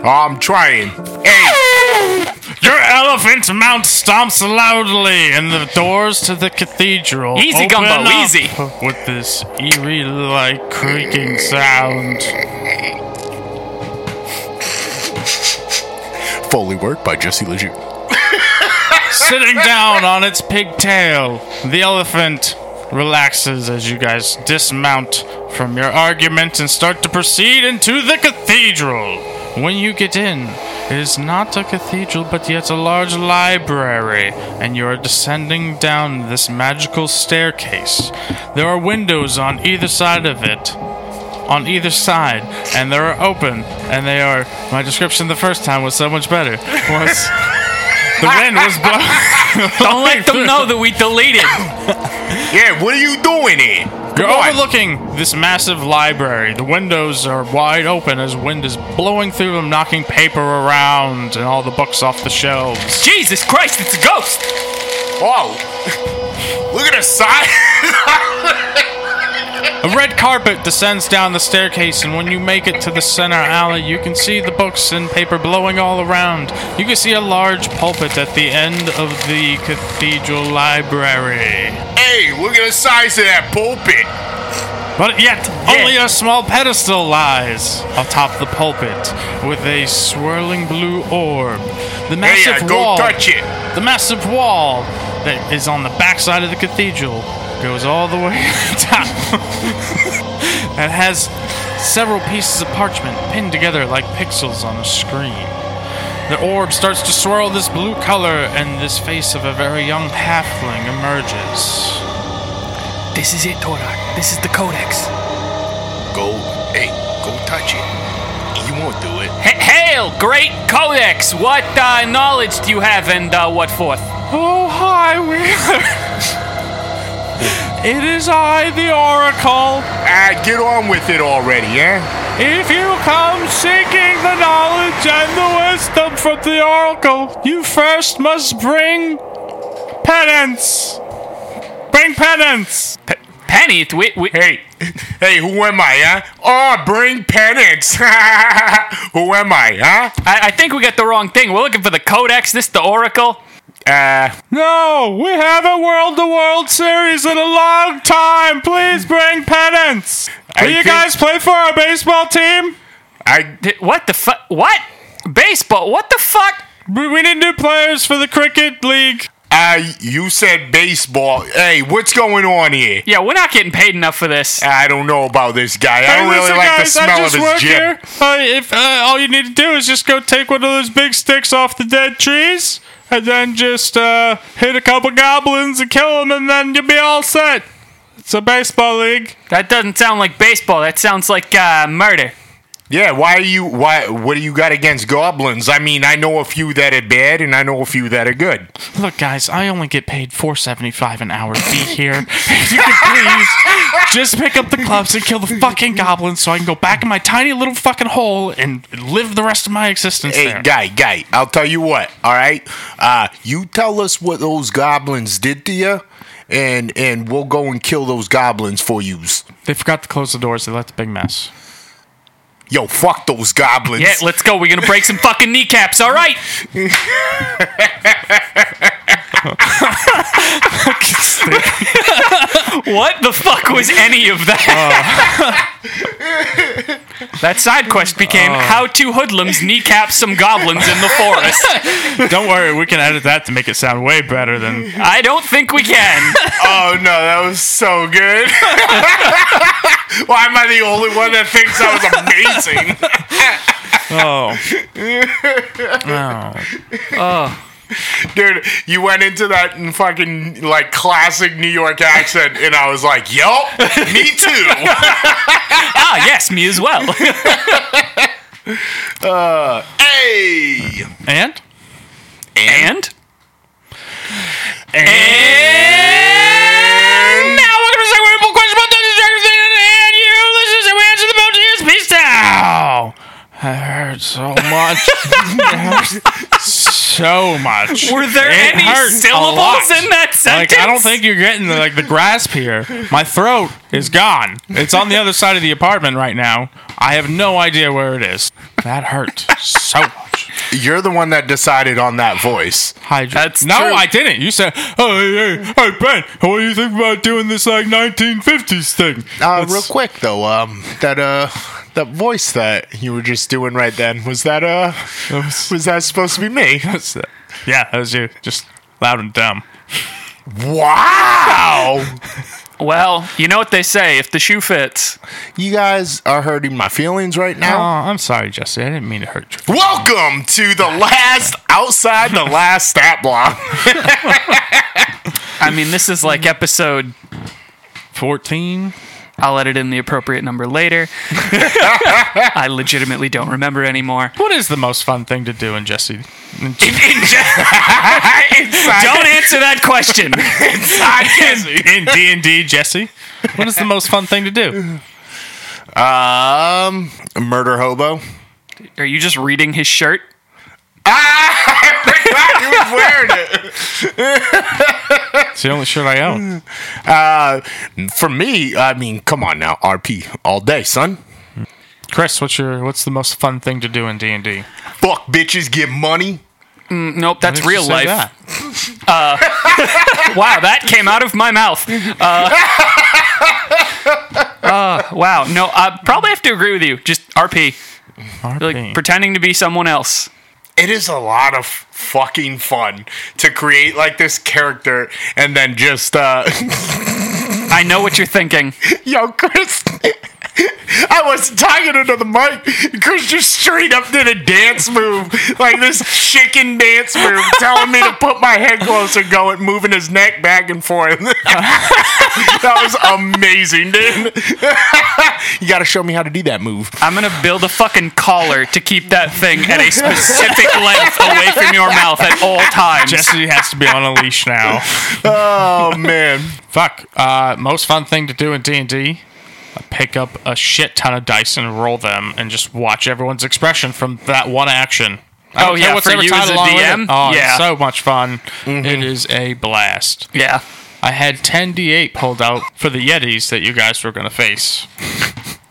S4: I'm trying.
S6: Your elephant mount stomps loudly, and the doors to the cathedral
S7: Easy,
S6: open
S7: Gumbo,
S6: up
S7: easy.
S6: with this eerie-like creaking sound.
S4: Foley work by Jesse Lejeune.
S6: Sitting down on its pigtail, the elephant relaxes as you guys dismount from your argument and start to proceed into the cathedral. When you get in, it is not a cathedral but yet a large library, and you are descending down this magical staircase. There are windows on either side of it, on either side, and they're open, and they are. My description the first time was so much better. Was. The wind was blowing.
S7: Don't let them know that we deleted.
S4: Yeah, what are you doing here?
S6: You're
S4: Come on.
S6: overlooking this massive library. The windows are wide open as wind is blowing through them, knocking paper around and all the books off the shelves.
S7: Jesus Christ, it's a ghost!
S4: Whoa. Oh, Look at the side.
S6: A red carpet descends down the staircase, and when you make it to the center alley, you can see the books and paper blowing all around. You can see a large pulpit at the end of the cathedral library.
S4: hey, look at the size of that pulpit.
S6: But yet, only a small pedestal lies atop the pulpit with a swirling blue orb. The
S4: Hey,
S6: massive
S4: uh, go
S6: wall,
S4: touch it.
S6: the massive wall that is on the backside of the cathedral, goes all the way down. and has several pieces of parchment pinned together like pixels on a screen. The orb starts to swirl this blue color, and this face of a very young halfling emerges.
S7: This is it, Torak. This is the Codex.
S4: Go, hey, go touch it. You won't do it.
S7: hail, great Codex! What uh, knowledge do you have and uh, what forth?
S6: Oh, hi, Wheeler. it is I, the Oracle.
S4: Ah, get on with it already, yeah?
S6: If you come seeking the knowledge and the wisdom from the Oracle, you first must bring penance. Bring penance.
S7: Penny, it- we, we,
S4: Hey, hey, who am I, huh? Oh, bring penance. who am I, huh?
S7: I, I think we got the wrong thing. We're looking for the Codex. This the Oracle.
S4: Uh,
S6: No, we haven't world the World Series in a long time. Please bring penance.
S4: I
S6: Will you
S4: think-
S6: guys play for our baseball team?
S4: I,
S7: Th- What the fuck? What? Baseball? What the fuck?
S6: We we need new players for the cricket league.
S4: I, you said baseball. Hey, what's going on here?
S7: Yeah, we're not getting paid enough for this.
S4: I don't know about this guy. I
S6: Hey,
S4: don't really
S6: listen,
S4: like
S6: guys,
S4: the
S6: I
S4: smell of
S6: just
S4: his
S6: work
S4: gym.
S6: here. Uh, if uh, all you need to do is just go take one of those big sticks off the dead trees, and then just uh, hit a couple goblins and kill them, and then you'll be all set. It's a baseball league.
S7: That doesn't sound like baseball. That sounds like uh, murder.
S4: Yeah, why are you why what do you got against goblins? I mean, I know a few that are bad and I know a few that are good.
S6: Look, guys, I only get paid four seventy five an hour to be here. if you could please just pick up the clubs and kill the fucking goblins, so I can go back in my tiny little fucking hole and live the rest of my existence
S4: Hey,
S6: there.
S4: guy, guy, I'll tell you what, all right? Uh you tell us what those goblins did to you and and we'll go and kill those goblins for you.
S6: They forgot to close the doors. They left a big mess.
S4: Yo, fuck those goblins.
S7: Yeah, let's go. We're gonna break some fucking kneecaps. All right. what the fuck was any of that?
S6: Oh.
S7: that side quest became how two hoodlums kneecap some goblins in the forest.
S6: Don't worry, we can edit that to make it sound way better than
S7: I don't think we can.
S4: Oh no, that was so good. Why am I the only one that thinks that was amazing?
S6: Oh. oh.
S4: Dude, you went into that in fucking like classic New York accent, and I was like, "Yup, me too."
S7: Ah, yes, me as well.
S4: hey,
S6: And?
S7: and
S4: and
S7: now welcome to the second Wonderful question about Dungeons Dragons and you listeners and we answer the phone to your speech
S6: Ow! That hurt so much. It hurts so much.
S7: Were there
S6: It
S7: any
S6: hurts a
S7: syllables
S6: lot.
S7: in that sentence?
S6: Like I don't think you're getting the, like the grasp here. My throat is gone. It's on the other side of the apartment right now. I have no idea where it is. That hurt so much.
S4: you're the one that decided on that voice.
S6: Hydra.
S7: That's
S6: no,
S7: true.
S6: I didn't. You said, "Oh, hey, hey, hey, Ben, what do you think about doing this like 1950s thing?"
S4: Uh,
S6: Let's-
S4: real quick though, um, that uh, that voice that you were just doing right then was that uh,
S6: That was-
S4: was that supposed to be me?
S6: That's it. Yeah, that was you. Just loud and dumb.
S4: Wow,
S7: Well, you know what they say: if the shoe fits.
S4: you guys are hurting my feelings right
S6: Oh,
S4: now.
S6: I'm sorry, Jesse. I didn't mean to hurt you.
S4: Welcome to the last outside the last stat block.
S7: I mean, this is like episode.
S6: 14.
S7: I'll edit in the appropriate number later. I legitimately don't remember anymore.
S6: What is the most fun thing to do in Jesse? in
S7: In- in ge- don't answer that question.
S6: in D and D, Jesse. What is the most fun thing to do?
S4: Um, murder hobo.
S7: Are you just reading his shirt?
S4: he was wearing it.
S6: It's the only shirt I own.
S4: Uh, for me, I mean, come on now, RP all day, son.
S6: Chris, what's your what's the most fun thing to do in D and D?
S4: Fuck bitches, get money.
S7: Nope, that's real life. Wow, that came out of my mouth. Uh, uh, wow. No, I probably have to agree with you. Just RP, like pretending to be someone else.
S4: It is a lot of fucking fun to create like this character and then just uh,
S7: I know what you're thinking.
S4: yo, Chris. I was talking into the mic. Chris just straight up did a dance move, like this chicken dance move, telling me to put my head closer, going, moving his neck back and forth. that was amazing, dude. you got to show me how to do that move.
S7: I'm gonna build a fucking collar to keep that thing at a specific length away from your mouth at all times.
S6: Jesse has to be on a leash now.
S4: Oh man,
S6: Fuck. Uh, most fun thing to do in D and D. Pick up a shit ton of dice and roll them, and just watch everyone's expression from that one action. I
S7: Oh,
S6: don't care
S7: yeah, for
S6: ever
S7: you
S6: tied
S7: as a
S6: along with it.
S7: DM?
S6: Oh, it's
S7: Yeah. Mm-hmm.
S6: so much fun! It is a blast.
S7: yeah.
S6: I had 10 D8 pulled out for the Yetis that you guys were going to face.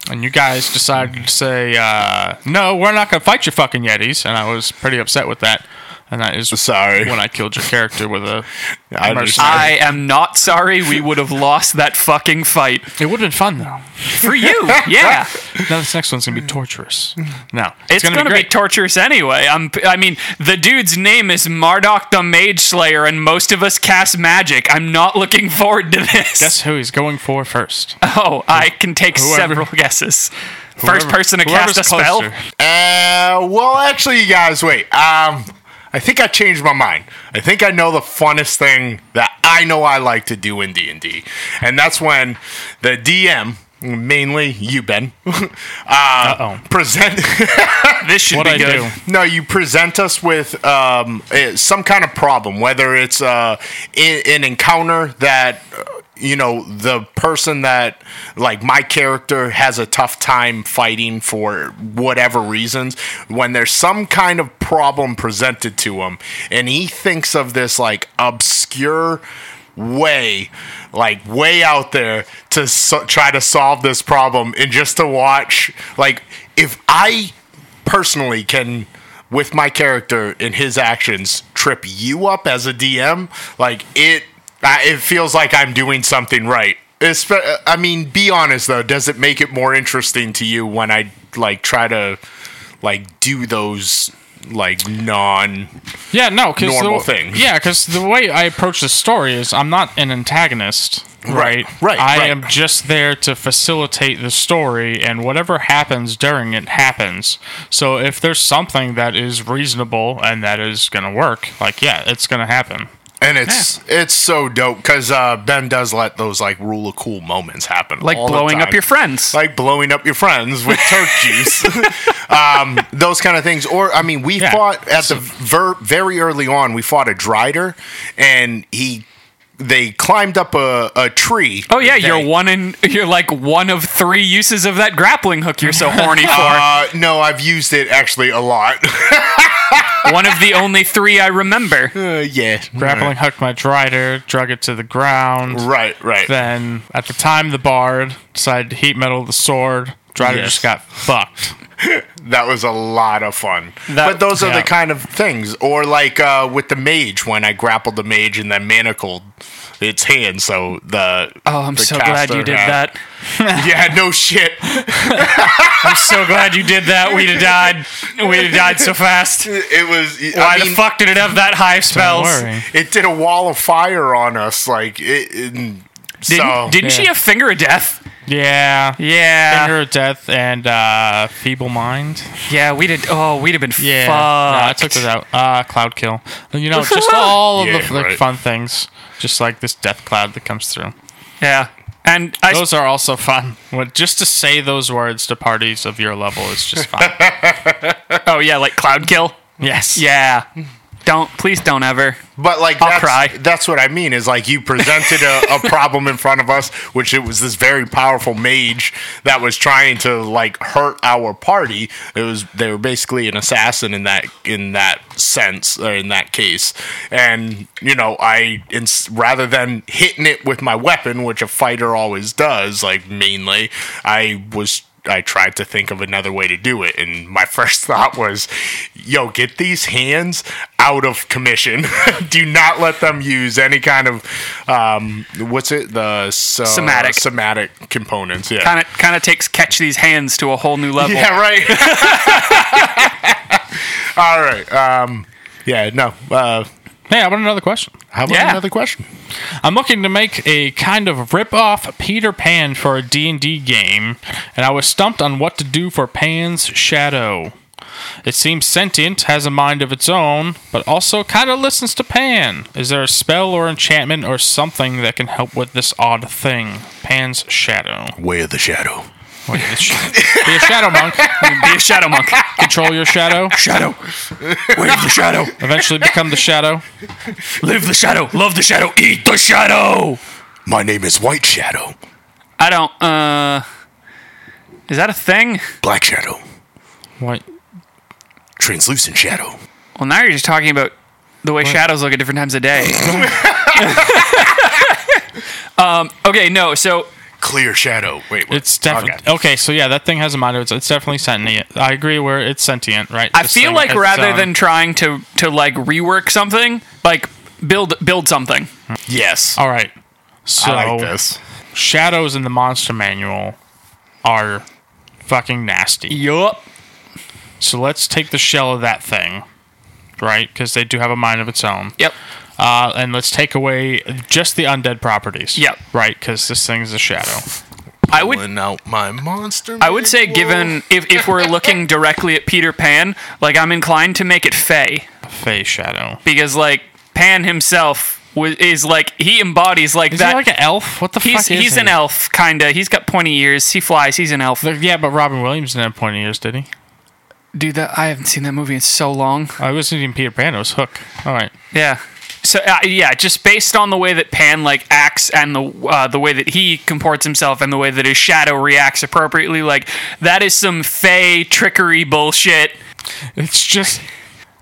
S6: And you guys decided to say, uh, no, we're not going to fight your fucking Yetis. And I was pretty upset with that. And that is
S4: Sorry.
S6: when I killed your character with a.
S4: I
S6: mercenary.
S4: understand.
S7: I am not sorry. We would have lost that fucking fight
S6: It would have been fun, though.
S7: for you. Yeah.
S6: Now, this next one's going to be torturous. No.
S7: It's,
S6: gonna
S7: going to be,
S6: great.
S7: torturous anyway. I'm, I mean, the dude's name is Mardok the Mage Slayer, and most of us cast magic. I'm not looking forward to this.
S6: Guess who he's going for first?
S7: oh, I can take
S6: Whoever-
S7: several guesses. First
S6: Whoever-
S7: person to cast
S6: whoever's
S7: a spell.
S6: closer.
S4: Uh, well, actually, you guys, wait. Um, I think I changed my mind. I think I know the funnest thing that I know I like to do in D and D, and that's when the DM mainly you, Ben,
S6: Uh oh.
S4: present.
S7: This should
S6: What'd
S7: be
S6: I
S7: good.
S6: do?
S4: No, you present us with um, eh, some kind of problem, whether it's uh, i- an encounter that uh, you know the person that like my character has a tough time fighting for whatever reasons. When there's some kind of problem presented to him, and he thinks of this like obscure way like way out there to so- try to solve this problem and just to watch like if i personally can with my character and his actions trip you up as a DM, like it I, it feels like I'm doing something right. Espe- uh, I mean, be honest though, does it make it more interesting to you when I like try to like do those like non
S6: Yeah, no, because
S4: Normal
S6: the,
S4: thing.
S6: Yeah, because the way I approach the story is I'm not an antagonist,
S4: Right,
S6: right?
S4: right,
S6: I
S4: right.
S6: am just there to facilitate the story, and whatever happens during it happens. So if there's something that is reasonable and that is gonna work, like yeah, it's gonna happen.
S4: and it's it's so dope because uh, Ben does let those like rule of cool moments happen,
S7: Like
S4: all the
S7: blowing up
S4: time.
S7: your friends.
S4: like blowing up your friends with turk juice, um, those kind of things. Or I mean, we
S6: Yeah.
S4: fought at the ver- very early on. We fought a drider, and he they climbed up a, a tree.
S7: oh yeah,
S4: They-
S7: you're one in. You're like one of three uses of that grappling hook you're so horny for.
S4: Uh, no, I've used it actually a lot.
S7: one of the only three I remember.
S4: uh, yeah,
S6: Grappling hooked my drider, drug it to the ground.
S4: Right, right.
S6: Then at the time, the bard decided to heat metal the sword. Drider
S4: Yes.
S6: just got fucked.
S4: That was a lot of fun.
S7: That-
S4: but those are
S6: yeah.
S4: the kind of things, or like uh, with the mage when I grappled the mage and then manacled its hand. So the
S7: Oh, I'm
S4: the
S7: so glad
S4: caster
S7: you did
S4: had-
S7: that.
S4: Yeah, no shit.
S7: I'm so glad you did that. We'd have died. We'd have died so fast.
S4: It was.
S7: Why
S4: I
S7: the
S4: mean,
S7: fuck did it have that high of
S6: Don't
S7: spells?
S6: worry.
S4: It did a wall of fire on us. Like it. it
S7: Didn't,
S4: so
S7: didn't she
S6: Yeah.
S7: have finger of death?
S6: Yeah.
S7: Yeah.
S6: Finger of Death and uh, Feeble Mind.
S7: yeah, we'd have. Oh, we'd have been
S6: Yeah, no, I
S7: fucked.
S6: took those out. Uh, cloud Kill. You know, just all of
S4: Yeah,
S6: the like,
S4: right.
S6: fun things, just like this Death Cloud that comes through.
S7: Yeah. And I,
S6: Those are also fun. What just to say those words to parties of your level is just fun.
S7: oh yeah, like cloud kill.
S6: yes.
S7: Yeah. Don't please don't ever.
S4: But like
S7: I'll
S4: that's,
S7: cry.
S4: that's what I mean is like you presented a, a problem in front of us, which it was this very powerful mage that was trying to like hurt our party. It was they were basically an assassin in that in that sense or in that case. And you know I ins- rather than hitting it with my weapon, which a fighter always does, like mainly, I was. I tried to think of another way to do it, and my first thought was, "Yo, get these hands out of commission. Do not let them use any kind of um, what's it the so,
S7: Somatic.
S4: somatic components. Yeah,
S7: Kind of kind of takes catch these hands to a whole new level.
S4: yeah, right. All right. Um, yeah, no. Uh,
S6: Hey, I want another question.
S4: how about
S7: Yeah.
S4: another question?
S6: I'm looking to make a kind of rip-off Peter Pan for a D&D game, and I was stumped on what to do for Pan's shadow. It seems sentient, has a mind of its own, but also kind of listens to Pan. Is there a spell or enchantment or something that can help with this odd thing? Pan's shadow.
S4: Way of the shadow.
S6: Wait, it's sh- be a shadow monk.
S7: Be a shadow monk.
S6: Control your shadow.
S7: Shadow. Wave the shadow.
S6: Eventually become the shadow.
S7: Live the shadow. Love the shadow. Eat the shadow.
S4: My name is White Shadow.
S7: I don't uh Is that a thing?
S4: Black Shadow.
S6: What?
S4: Translucent Shadow.
S7: Well, now you're just talking about the way shadows look at different times of day. um, okay, no. So
S4: Clear Shadow. Wait, wait.
S6: It's definitely Oh, okay. So yeah, that thing has a mind of its. It's definitely sentient. I agree. Where it's sentient, right?
S7: I feel like rather
S6: um,
S7: than trying to to like rework something, like build build something.
S4: Yes.
S6: All right. oh, So
S4: I like this.
S6: shadows in the monster manual are fucking nasty.
S7: Yup.
S6: So let's take the shell of that thing, right? Because they do have a mind of its own.
S7: Yep.
S6: Uh, and let's take away just the undead properties.
S7: Yep.
S6: Right, because this thing's a shadow.
S7: I would
S4: Pulling out my monster.
S7: I would say
S4: manual.
S7: given if, if we're looking directly at Peter Pan, like I'm inclined to make it Fey
S6: Fey shadow.
S7: because like Pan himself was, is like he embodies like
S6: Is
S7: that.
S6: he like an elf? What the
S7: he's
S6: fuck is
S7: he's
S6: he?
S7: an elf, kinda. He's got pointy ears. He flies. He's an elf.
S6: Like, Yeah, but Robin Williams didn't have pointy ears, did he?
S7: Dude, that, I haven't seen that movie in so long.
S6: I was thinking Peter Pan. It was Hook. All right.
S7: Yeah. So uh, yeah, just based on the way that Pan like acts and the uh, the way that he comports himself and the way that his shadow reacts appropriately, like that is some fey trickery bullshit.
S6: It's just,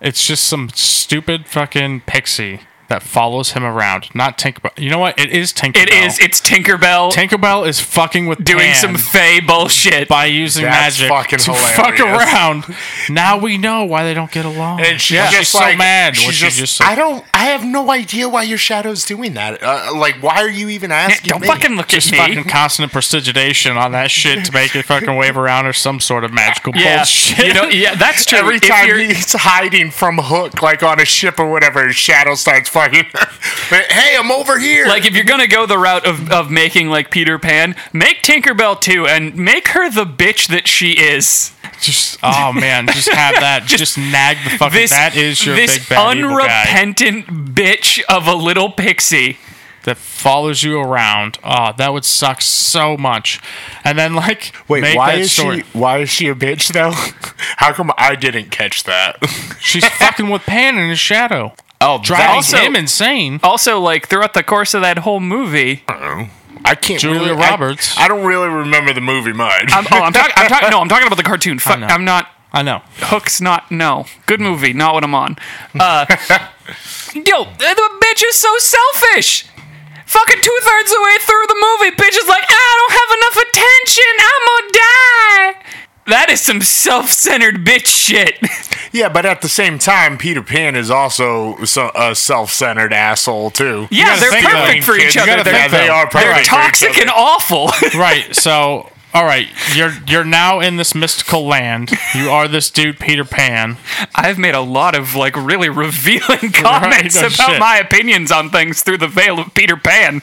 S6: it's just some stupid fucking pixie that follows him around. Not Tinkerbell. You know what? It is Tinkerbell.
S7: It is. It's Tinkerbell
S6: Tinkerbell is fucking with
S7: doing
S6: Pan
S7: some fey bullshit.
S6: by using
S4: That's
S6: magic
S4: fucking
S6: to
S4: hilarious.
S6: fuck around. Now we know why they don't get along.
S4: And she's
S6: Why
S4: just
S6: she's
S4: like,
S6: so mad.
S4: She's
S6: when she
S4: just,
S6: just
S4: I don't. I have no idea why your shadow's doing that. Uh, like, why are you even
S7: Yeah,
S4: asking?
S7: Don't
S4: me?
S7: fucking look
S6: just
S7: at me.
S6: fucking constant prestigitation on that shit to make it fucking wave around or some sort of magical
S7: yeah,
S6: bullshit.
S7: you know, yeah, that's true.
S4: Every
S7: If
S4: time
S7: you're-
S4: he's hiding from Hook, like on a ship or whatever, his shadow starts fucking. But, hey, I'm over here.
S7: like if you're gonna go the route of, of making like Peter Pan, make Tinkerbell too and make her the bitch that she is.
S6: Just oh man, just have that. just, nag the fucking.
S7: This
S6: that is your
S7: this
S6: big bad evil guy
S7: unrepentant bitch of a little pixie.
S6: that follows you around. Oh, that would suck so much. And then like,
S4: Wait,
S6: make
S4: why
S6: that
S4: is
S6: story.
S4: she? Why is she a bitch though? How come I didn't catch that?
S6: She's fucking with Pan in his shadow,
S4: Oh,
S6: driving
S7: also-
S6: him insane.
S7: Also, like throughout the course of that whole movie,
S4: I can't.
S6: Julia
S4: Oh, really, I-
S6: Roberts.
S4: I, don't really remember the movie much.
S7: I'm, oh, I'm talking. I'm talking. No, I'm talking about the cartoon. Fuck,
S6: know.
S7: I'm not.
S6: I know.
S7: Hook's not. No, good movie. Not what I'm on. Uh, yo, the bitch is so selfish. Fucking two thirds of the way through the movie, bitch is like, "Ah, I don't have enough attention. I'm gonna die. That is some self-centered bitch shit.
S4: yeah, but at the same time, Peter Pan is also so, a self-centered asshole too.
S7: yeah,
S6: gotta
S7: they're
S6: think, though.
S7: perfect for
S4: Kids,
S7: each
S4: you
S7: other.
S4: gotta
S7: They're,
S4: think, though.
S7: they are
S4: They're
S7: they're
S4: perfect for each
S7: toxic
S4: other.
S7: and awful.
S6: Right. So, all right, you're you're now in this mystical land. You are this dude Peter Pan.
S7: I've made a lot of like really revealing comments
S6: no
S7: about
S6: shit.
S7: my opinions on things through the veil of Peter Pan.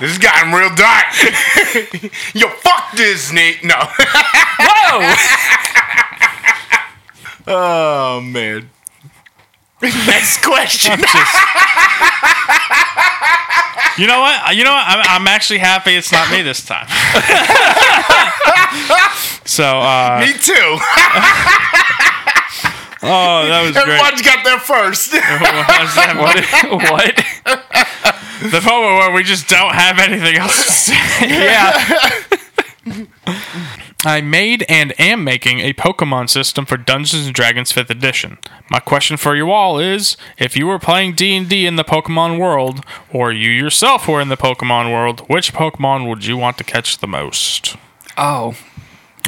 S4: This has gotten real dark. Yo, fuck Disney. No.
S7: Whoa!
S4: Oh man. Next question.
S6: You know what? You know what? I'm, I'm actually happy it's not me this time. so, uh,
S4: Me too.
S6: oh, that was great.
S4: Everyone's got there first.
S7: what? What?
S6: The moment where we just don't have anything else to say.
S7: Yeah.
S6: I made and am making a Pokemon system for Dungeons and Dragons 5th edition. My question for you all is if you were playing D&D in the Pokemon world or you yourself were in the Pokemon world, which Pokemon would you want to catch the most?
S7: Oh.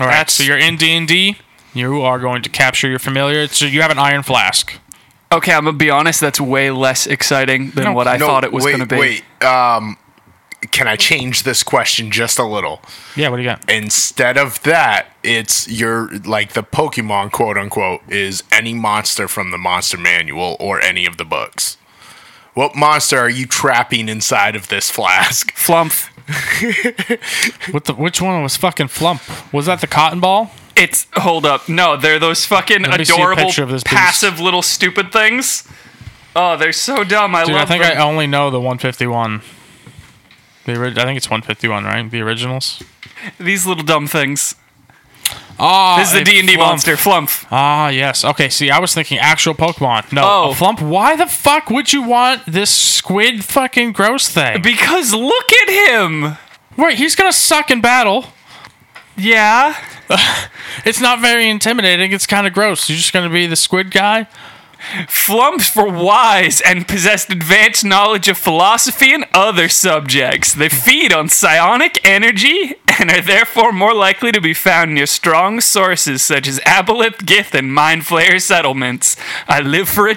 S6: All right, so you're in D&D, you are going to capture your familiar. So you have an iron flask.
S7: Okay, I'm gonna be honest. That's way less exciting than what I thought it was
S4: wait,
S7: gonna be.
S4: Wait, um, can I change this question just a little?
S6: Yeah, what do you got?
S4: Instead of that, it's your like the Pokemon quote unquote is any monster from the monster manual or any of the books. What monster are you trapping inside of this flask?
S7: Flump.
S6: What the, which one was fucking flump? Was that the cotton ball?
S7: It's hold up. No, they're those fucking
S6: me see a
S7: adorable,
S6: picture of this beast.
S7: passive little stupid things. Oh, they're so dumb. I
S6: Dude, I
S7: love
S6: think
S7: them.
S6: I uh, only know the 151. The ori- I think it's 151, right? The originals.
S7: These little dumb things.
S6: Ah,
S7: This is the
S6: a
S7: D and D
S6: flump.
S7: monster, Flump.
S6: Ah, yes. Okay, see, I was thinking actual Pokemon. No,
S7: Oh.
S6: a flump. Why the fuck would you want this squid fucking gross thing?
S7: Because look at him.
S6: Wait, he's gonna suck in battle.
S7: Yeah.
S6: It's not very intimidating. It's kind of gross. You're just gonna be the squid guy.
S7: Flumps were wise and possessed advanced knowledge of philosophy and other subjects. They feed on psionic energy and are therefore more likely to be found near strong sources such as Aboleth, Gith, and Mind Flayer settlements. I live for a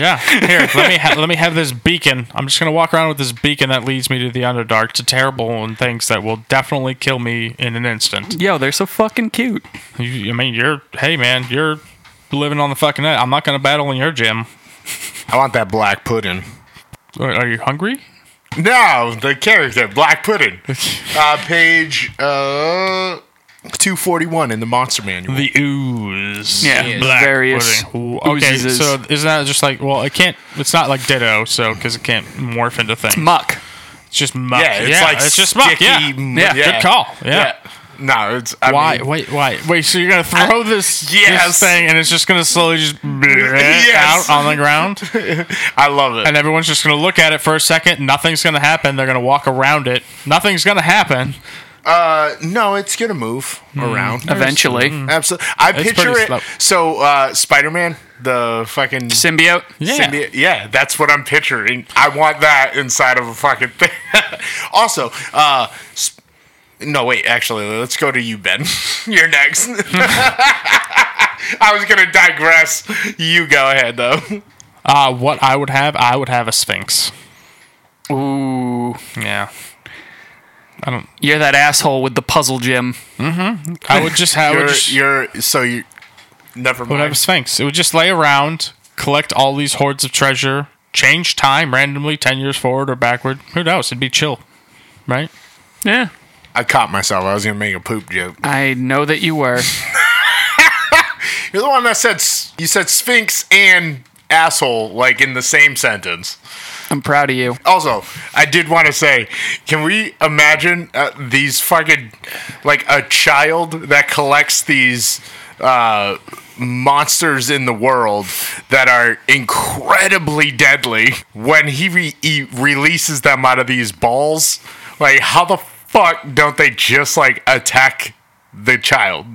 S6: Yeah. Here, let me ha- let me have this beacon. I'm just gonna walk around with this beacon that leads me to the Underdark to terrible and things that will definitely kill me in an instant.
S7: Yo, they're so fucking cute.
S6: You, I mean, you're hey man, you're living on the fucking net. I'm not gonna battle in your gym.
S4: I want that black pudding.
S6: Are- Are you hungry?
S4: No, the character Black Pudding. uh, page uh, 241 in the Monster Manual.
S6: The ooze.
S7: Yeah,
S6: Black
S7: various
S6: pudding. Okay,
S7: oozes.
S6: so isn't that just like well, it can't. It's not like Ditto, so because it can't morph into things.
S7: muck.
S6: it's just muck.
S4: yeah, it's like
S6: it's just muck.
S4: sticky
S6: Yeah.
S4: m-
S6: yeah,
S4: yeah.
S6: good call. Yeah.
S4: No, it's I
S6: Why?
S4: mean-
S6: wait, why? Wait. So you're gonna throw this,
S4: Yes.
S6: this thing, and it's just gonna slowly just
S4: Yes.
S6: out on the ground,
S4: I love it.
S6: and everyone's just gonna look at it for a second. Nothing's gonna happen. They're gonna walk around it. Nothing's gonna happen.
S4: Uh, no, it's gonna move around
S7: Hmm. Eventually,
S4: Absolutely, I
S6: It's
S4: picture
S6: pretty
S4: it.
S6: slow.
S4: So uh, Spider Man, the fucking
S7: symbiote.
S6: Yeah.
S4: symbiote- yeah, that's what I'm picturing. I want that inside of a fucking thing. also, uh, sp- no, wait, actually, let's go to you, Ben. You're next. I was gonna digress. You go ahead though.
S6: Uh, what I would have, I would have a sphinx.
S7: Ooh,
S6: Yeah.
S7: you're that asshole with the puzzle gem.
S6: I would just have. I would
S4: You're,
S6: just-
S4: you're so you. Never
S6: would have a
S4: mind.
S6: sphinx. It would just lay around, collect all these hordes of treasure, change time randomly, ten years forward or backward. Who knows? It'd be chill, right?
S7: Yeah,
S4: I caught myself. I was gonna make a poop joke.
S7: I know that you were.
S4: You're the one that said s- you said Sphinx and asshole like in the same sentence.
S7: I'm proud of you.
S4: Also, I did want to say, can we imagine uh, these fucking like a child that collects these uh, monsters in the world that are incredibly deadly when he, re- he releases them out of these balls? Like, how the fuck don't they just like attack the child?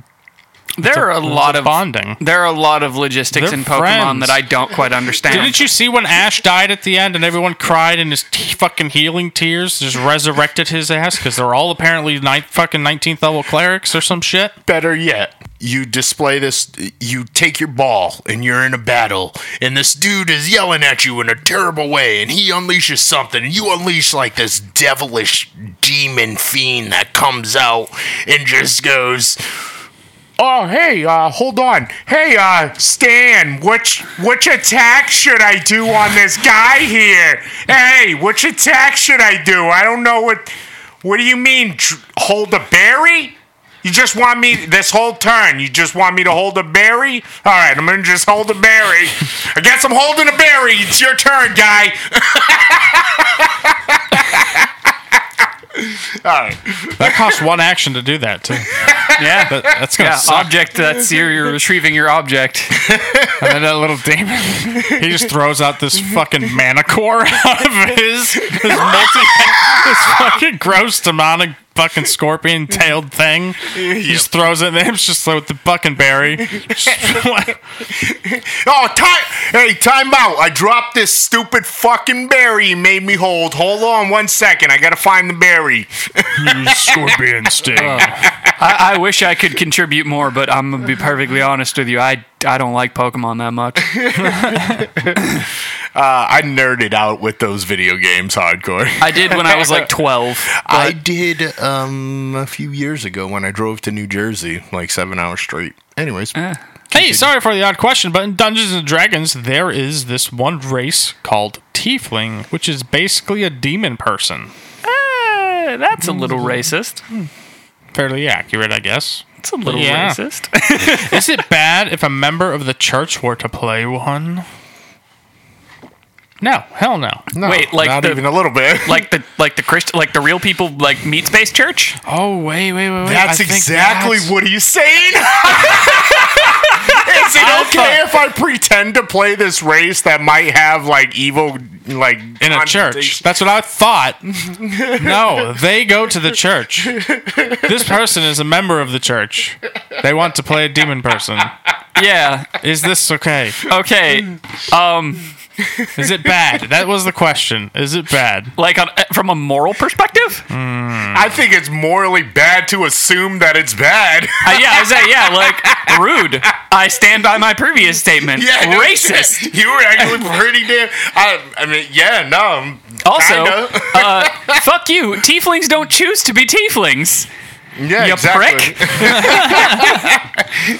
S7: There are a
S6: It's
S7: lot of
S6: bonding.
S7: there are a lot of logistics
S6: They're
S7: in Pokemon
S6: friends.
S7: that I don't quite understand.
S6: Didn't you see when Ash died at the end and everyone cried and his t- fucking healing tears just resurrected his ass because they're all apparently ni- fucking 19th level clerics or some shit?
S4: better yet you display this you take your ball and you're in a battle and this dude is yelling at you in a terrible way and he unleashes something and you unleash like this devilish demon fiend that comes out and just goes oh hey uh hold on hey uh stan which which attack should i do on this guy here hey which attack should i do i don't know what what do you mean dr- hold a berry you just want me this whole turn. You just want me to hold a berry. All right, I'm gonna just hold a berry. I guess I'm holding a berry. It's your turn, guy.
S6: That costs one action to do that too.
S7: yeah,
S6: That, that's gonna
S7: yeah.
S6: suck.
S7: Object that's your, you're retrieving your object.
S6: And then that little demon, he just throws out this fucking manicore out of his his multi this fucking gross demonic fucking scorpion tailed thing. He just throws it and it's just like with the fucking berry.
S4: Oh, time! Hey, time out! I dropped this stupid fucking berry. You made me hold. Hold on one second. I gotta find the berry.
S6: scorpion sting.
S7: I, I wish I could contribute more, but I'm gonna be perfectly honest with you. I I don't like Pokemon that much.
S4: Uh, I nerded out with those video games hardcore.
S7: I did when I was like 12.
S4: I did um a few years ago when I drove to New Jersey, like seven hours straight. Anyways,
S7: Eh.
S6: hey, sorry for the odd question, but in Dungeons and Dragons there is this one race called Tiefling, which is basically a demon person.
S7: Eh, that's a little racist.
S6: Fairly accurate, I guess.
S7: It's a little
S6: Yeah.
S7: racist.
S6: Is it bad if a member of the church were to play one? No, hell no.
S4: no,
S7: Wait, like
S4: not
S7: the-
S4: even a little bit.
S7: like the like the Christ like the real people like meat space church.
S6: Oh wait, wait, wait, wait.
S4: That's
S6: I think
S4: exactly
S6: that's-
S4: what he's saying. Is it okay if I pretend to play this race that might have like evil, like
S6: in a church. That's what I thought. No, they go to the church. This person is a member of the church. They want to play a demon person.
S7: Yeah.
S6: Is this okay?
S7: Okay.
S6: Is it bad? That was the question. Is it bad?
S7: Like on, eh, from a moral perspective. Uh,
S4: I think it's morally bad to assume that it's bad.
S7: Uh, yeah. I say yeah. Like rude. I stand by my previous statement.
S4: no shit.
S7: racist.
S4: You were actually pretty damn. I, I mean, yeah, no. I'm
S7: Also,
S4: kinda.
S7: uh, fuck you. Tieflings don't choose to be tieflings.
S4: yeah,
S7: you
S4: exactly.
S7: prick.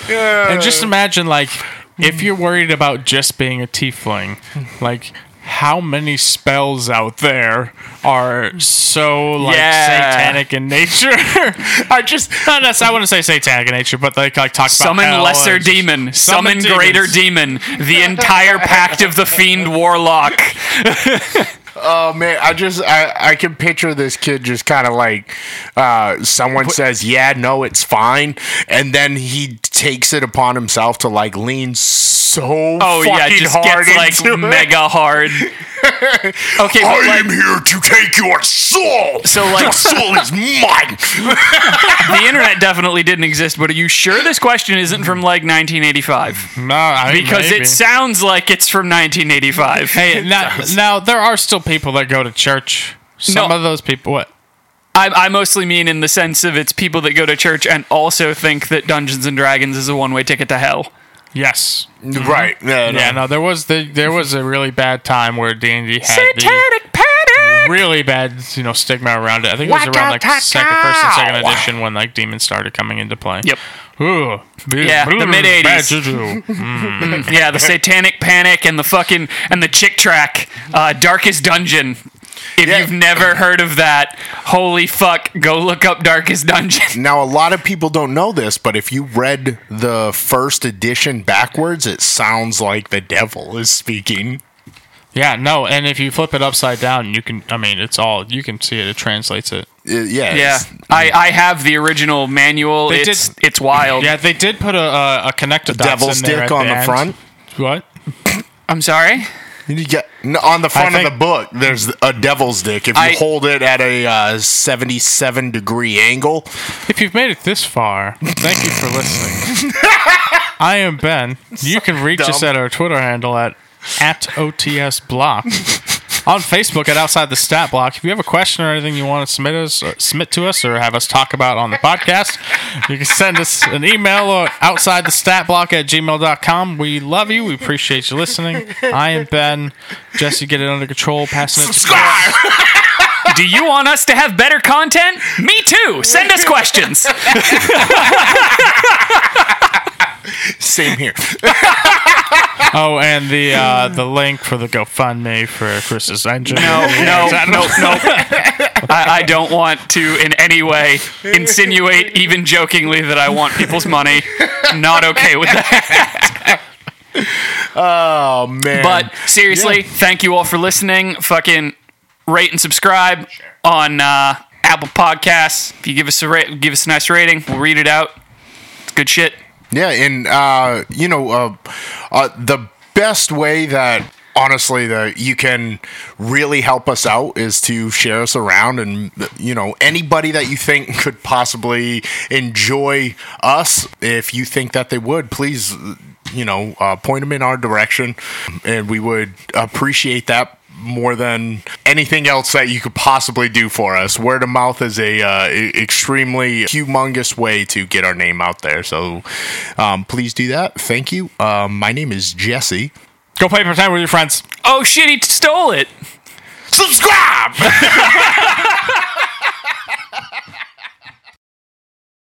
S7: Uh,
S6: And just imagine, like, if you're worried about just being a tiefling, like, how many spells out there are so like
S7: Yeah.
S6: satanic in nature. I just not necessarily, I wouldn't say satanic in nature, but like like talk
S7: Summon
S6: about hell
S7: lesser
S6: and-
S7: demon, summon,
S6: Summon
S7: greater demon, the entire pact of the fiend warlock.
S4: Oh man, I just I, I can picture this kid just kind of like uh, someone says, "Yeah, no, it's fine," and then he takes it upon himself to like lean so
S7: Oh
S4: fucking
S7: yeah, just
S4: hard
S7: gets like
S4: into it.
S7: mega hard. Okay,
S4: I
S7: but like,
S4: am here to take your soul.
S7: So, like-
S4: your soul is mine.
S7: the internet definitely didn't exist, but are you sure this question isn't from like 1985?
S6: No, I mean,
S7: Because
S6: maybe.
S7: it sounds like it's from 1985.
S6: Hey, now, now there are still people that go to church. Some
S7: No.
S6: of those people, what?
S7: I, I mostly mean in the sense of it's people that go to church and also think that Dungeons and Dragons is a one-way ticket to hell.
S6: Yes.
S7: Mm-hmm.
S4: Right? Yeah, no.
S6: Yeah. No, there was the there was a really bad time where D and D had the
S7: Satanic panic.
S6: really bad you know stigma around it. I think it was around like second, first, and second edition when like demons started coming into play.
S7: Yep.
S6: Ooh,
S7: Yeah, the mid-eighties. Mm. Yeah, the Satanic Panic and the fucking and the chick track, uh, Darkest Dungeon. If
S4: Yeah.
S7: you've never heard of that, holy fuck, go look up Darkest Dungeon.
S4: Now, a lot of people don't know this, but if you read the first edition backwards, it sounds like the devil is speaking.
S6: Yeah, no, and if you flip it upside down, you can. I mean, it's all you can see it. It translates it.
S4: Uh, yeah.
S7: Yeah,
S4: it's-
S7: I, I have the original manual.
S6: They
S7: it's
S6: did-
S7: it's wild.
S6: Yeah, they did put a a, a connector dots
S4: Oh. devil's
S6: in there
S4: dick
S6: at
S4: on the
S6: end.
S4: front?
S6: What?
S7: I'm sorry.
S4: You get, n- on the front
S6: think-
S4: of the book, there's a devil's dick. If you
S7: I-
S4: hold it at a uh, 77 degree angle,
S6: If you've made it this far, thank you for listening. I am Ben. You can reach us
S4: dumb.
S6: at our Twitter handle at, at OTS Block. On Facebook at Outside the Stat Block. If you have a question or anything you want to submit us, or submit to us, or have us talk about on the podcast, you can send us an email or outside the stat block at gmail.com. We love you. We appreciate you listening. I am Ben. Jesse, get it under control. Passing it to
S7: Do you want us to have better content? Me too. Send us questions.
S4: same here.
S6: Oh, and the uh, the link for the GoFundMe for Chris's engine.
S7: No, no, no, no. I, I don't want to in any way insinuate, even jokingly, that I want people's money. Not okay with that.
S4: Oh, man.
S7: But seriously, thank you all for listening. Fucking rate and subscribe on uh, Apple Podcasts. If you give us a ra- give us a nice rating, we'll read it out. It's good shit.
S4: Yeah, and uh, you know, uh, uh, the best way that honestly that you can really help us out is to share us around, and you know, anybody that you think could possibly enjoy us, if you think that they would, please, you know, uh, point them in our direction, and we would appreciate that. More than anything else that you could possibly do for us, word of mouth is a uh, e- extremely humongous way to get our name out there. So um, please do that. Thank you. Um, my name is Jesse.
S6: Go play pretend with your friends.
S7: Oh shit, he stole it.
S4: subscribe.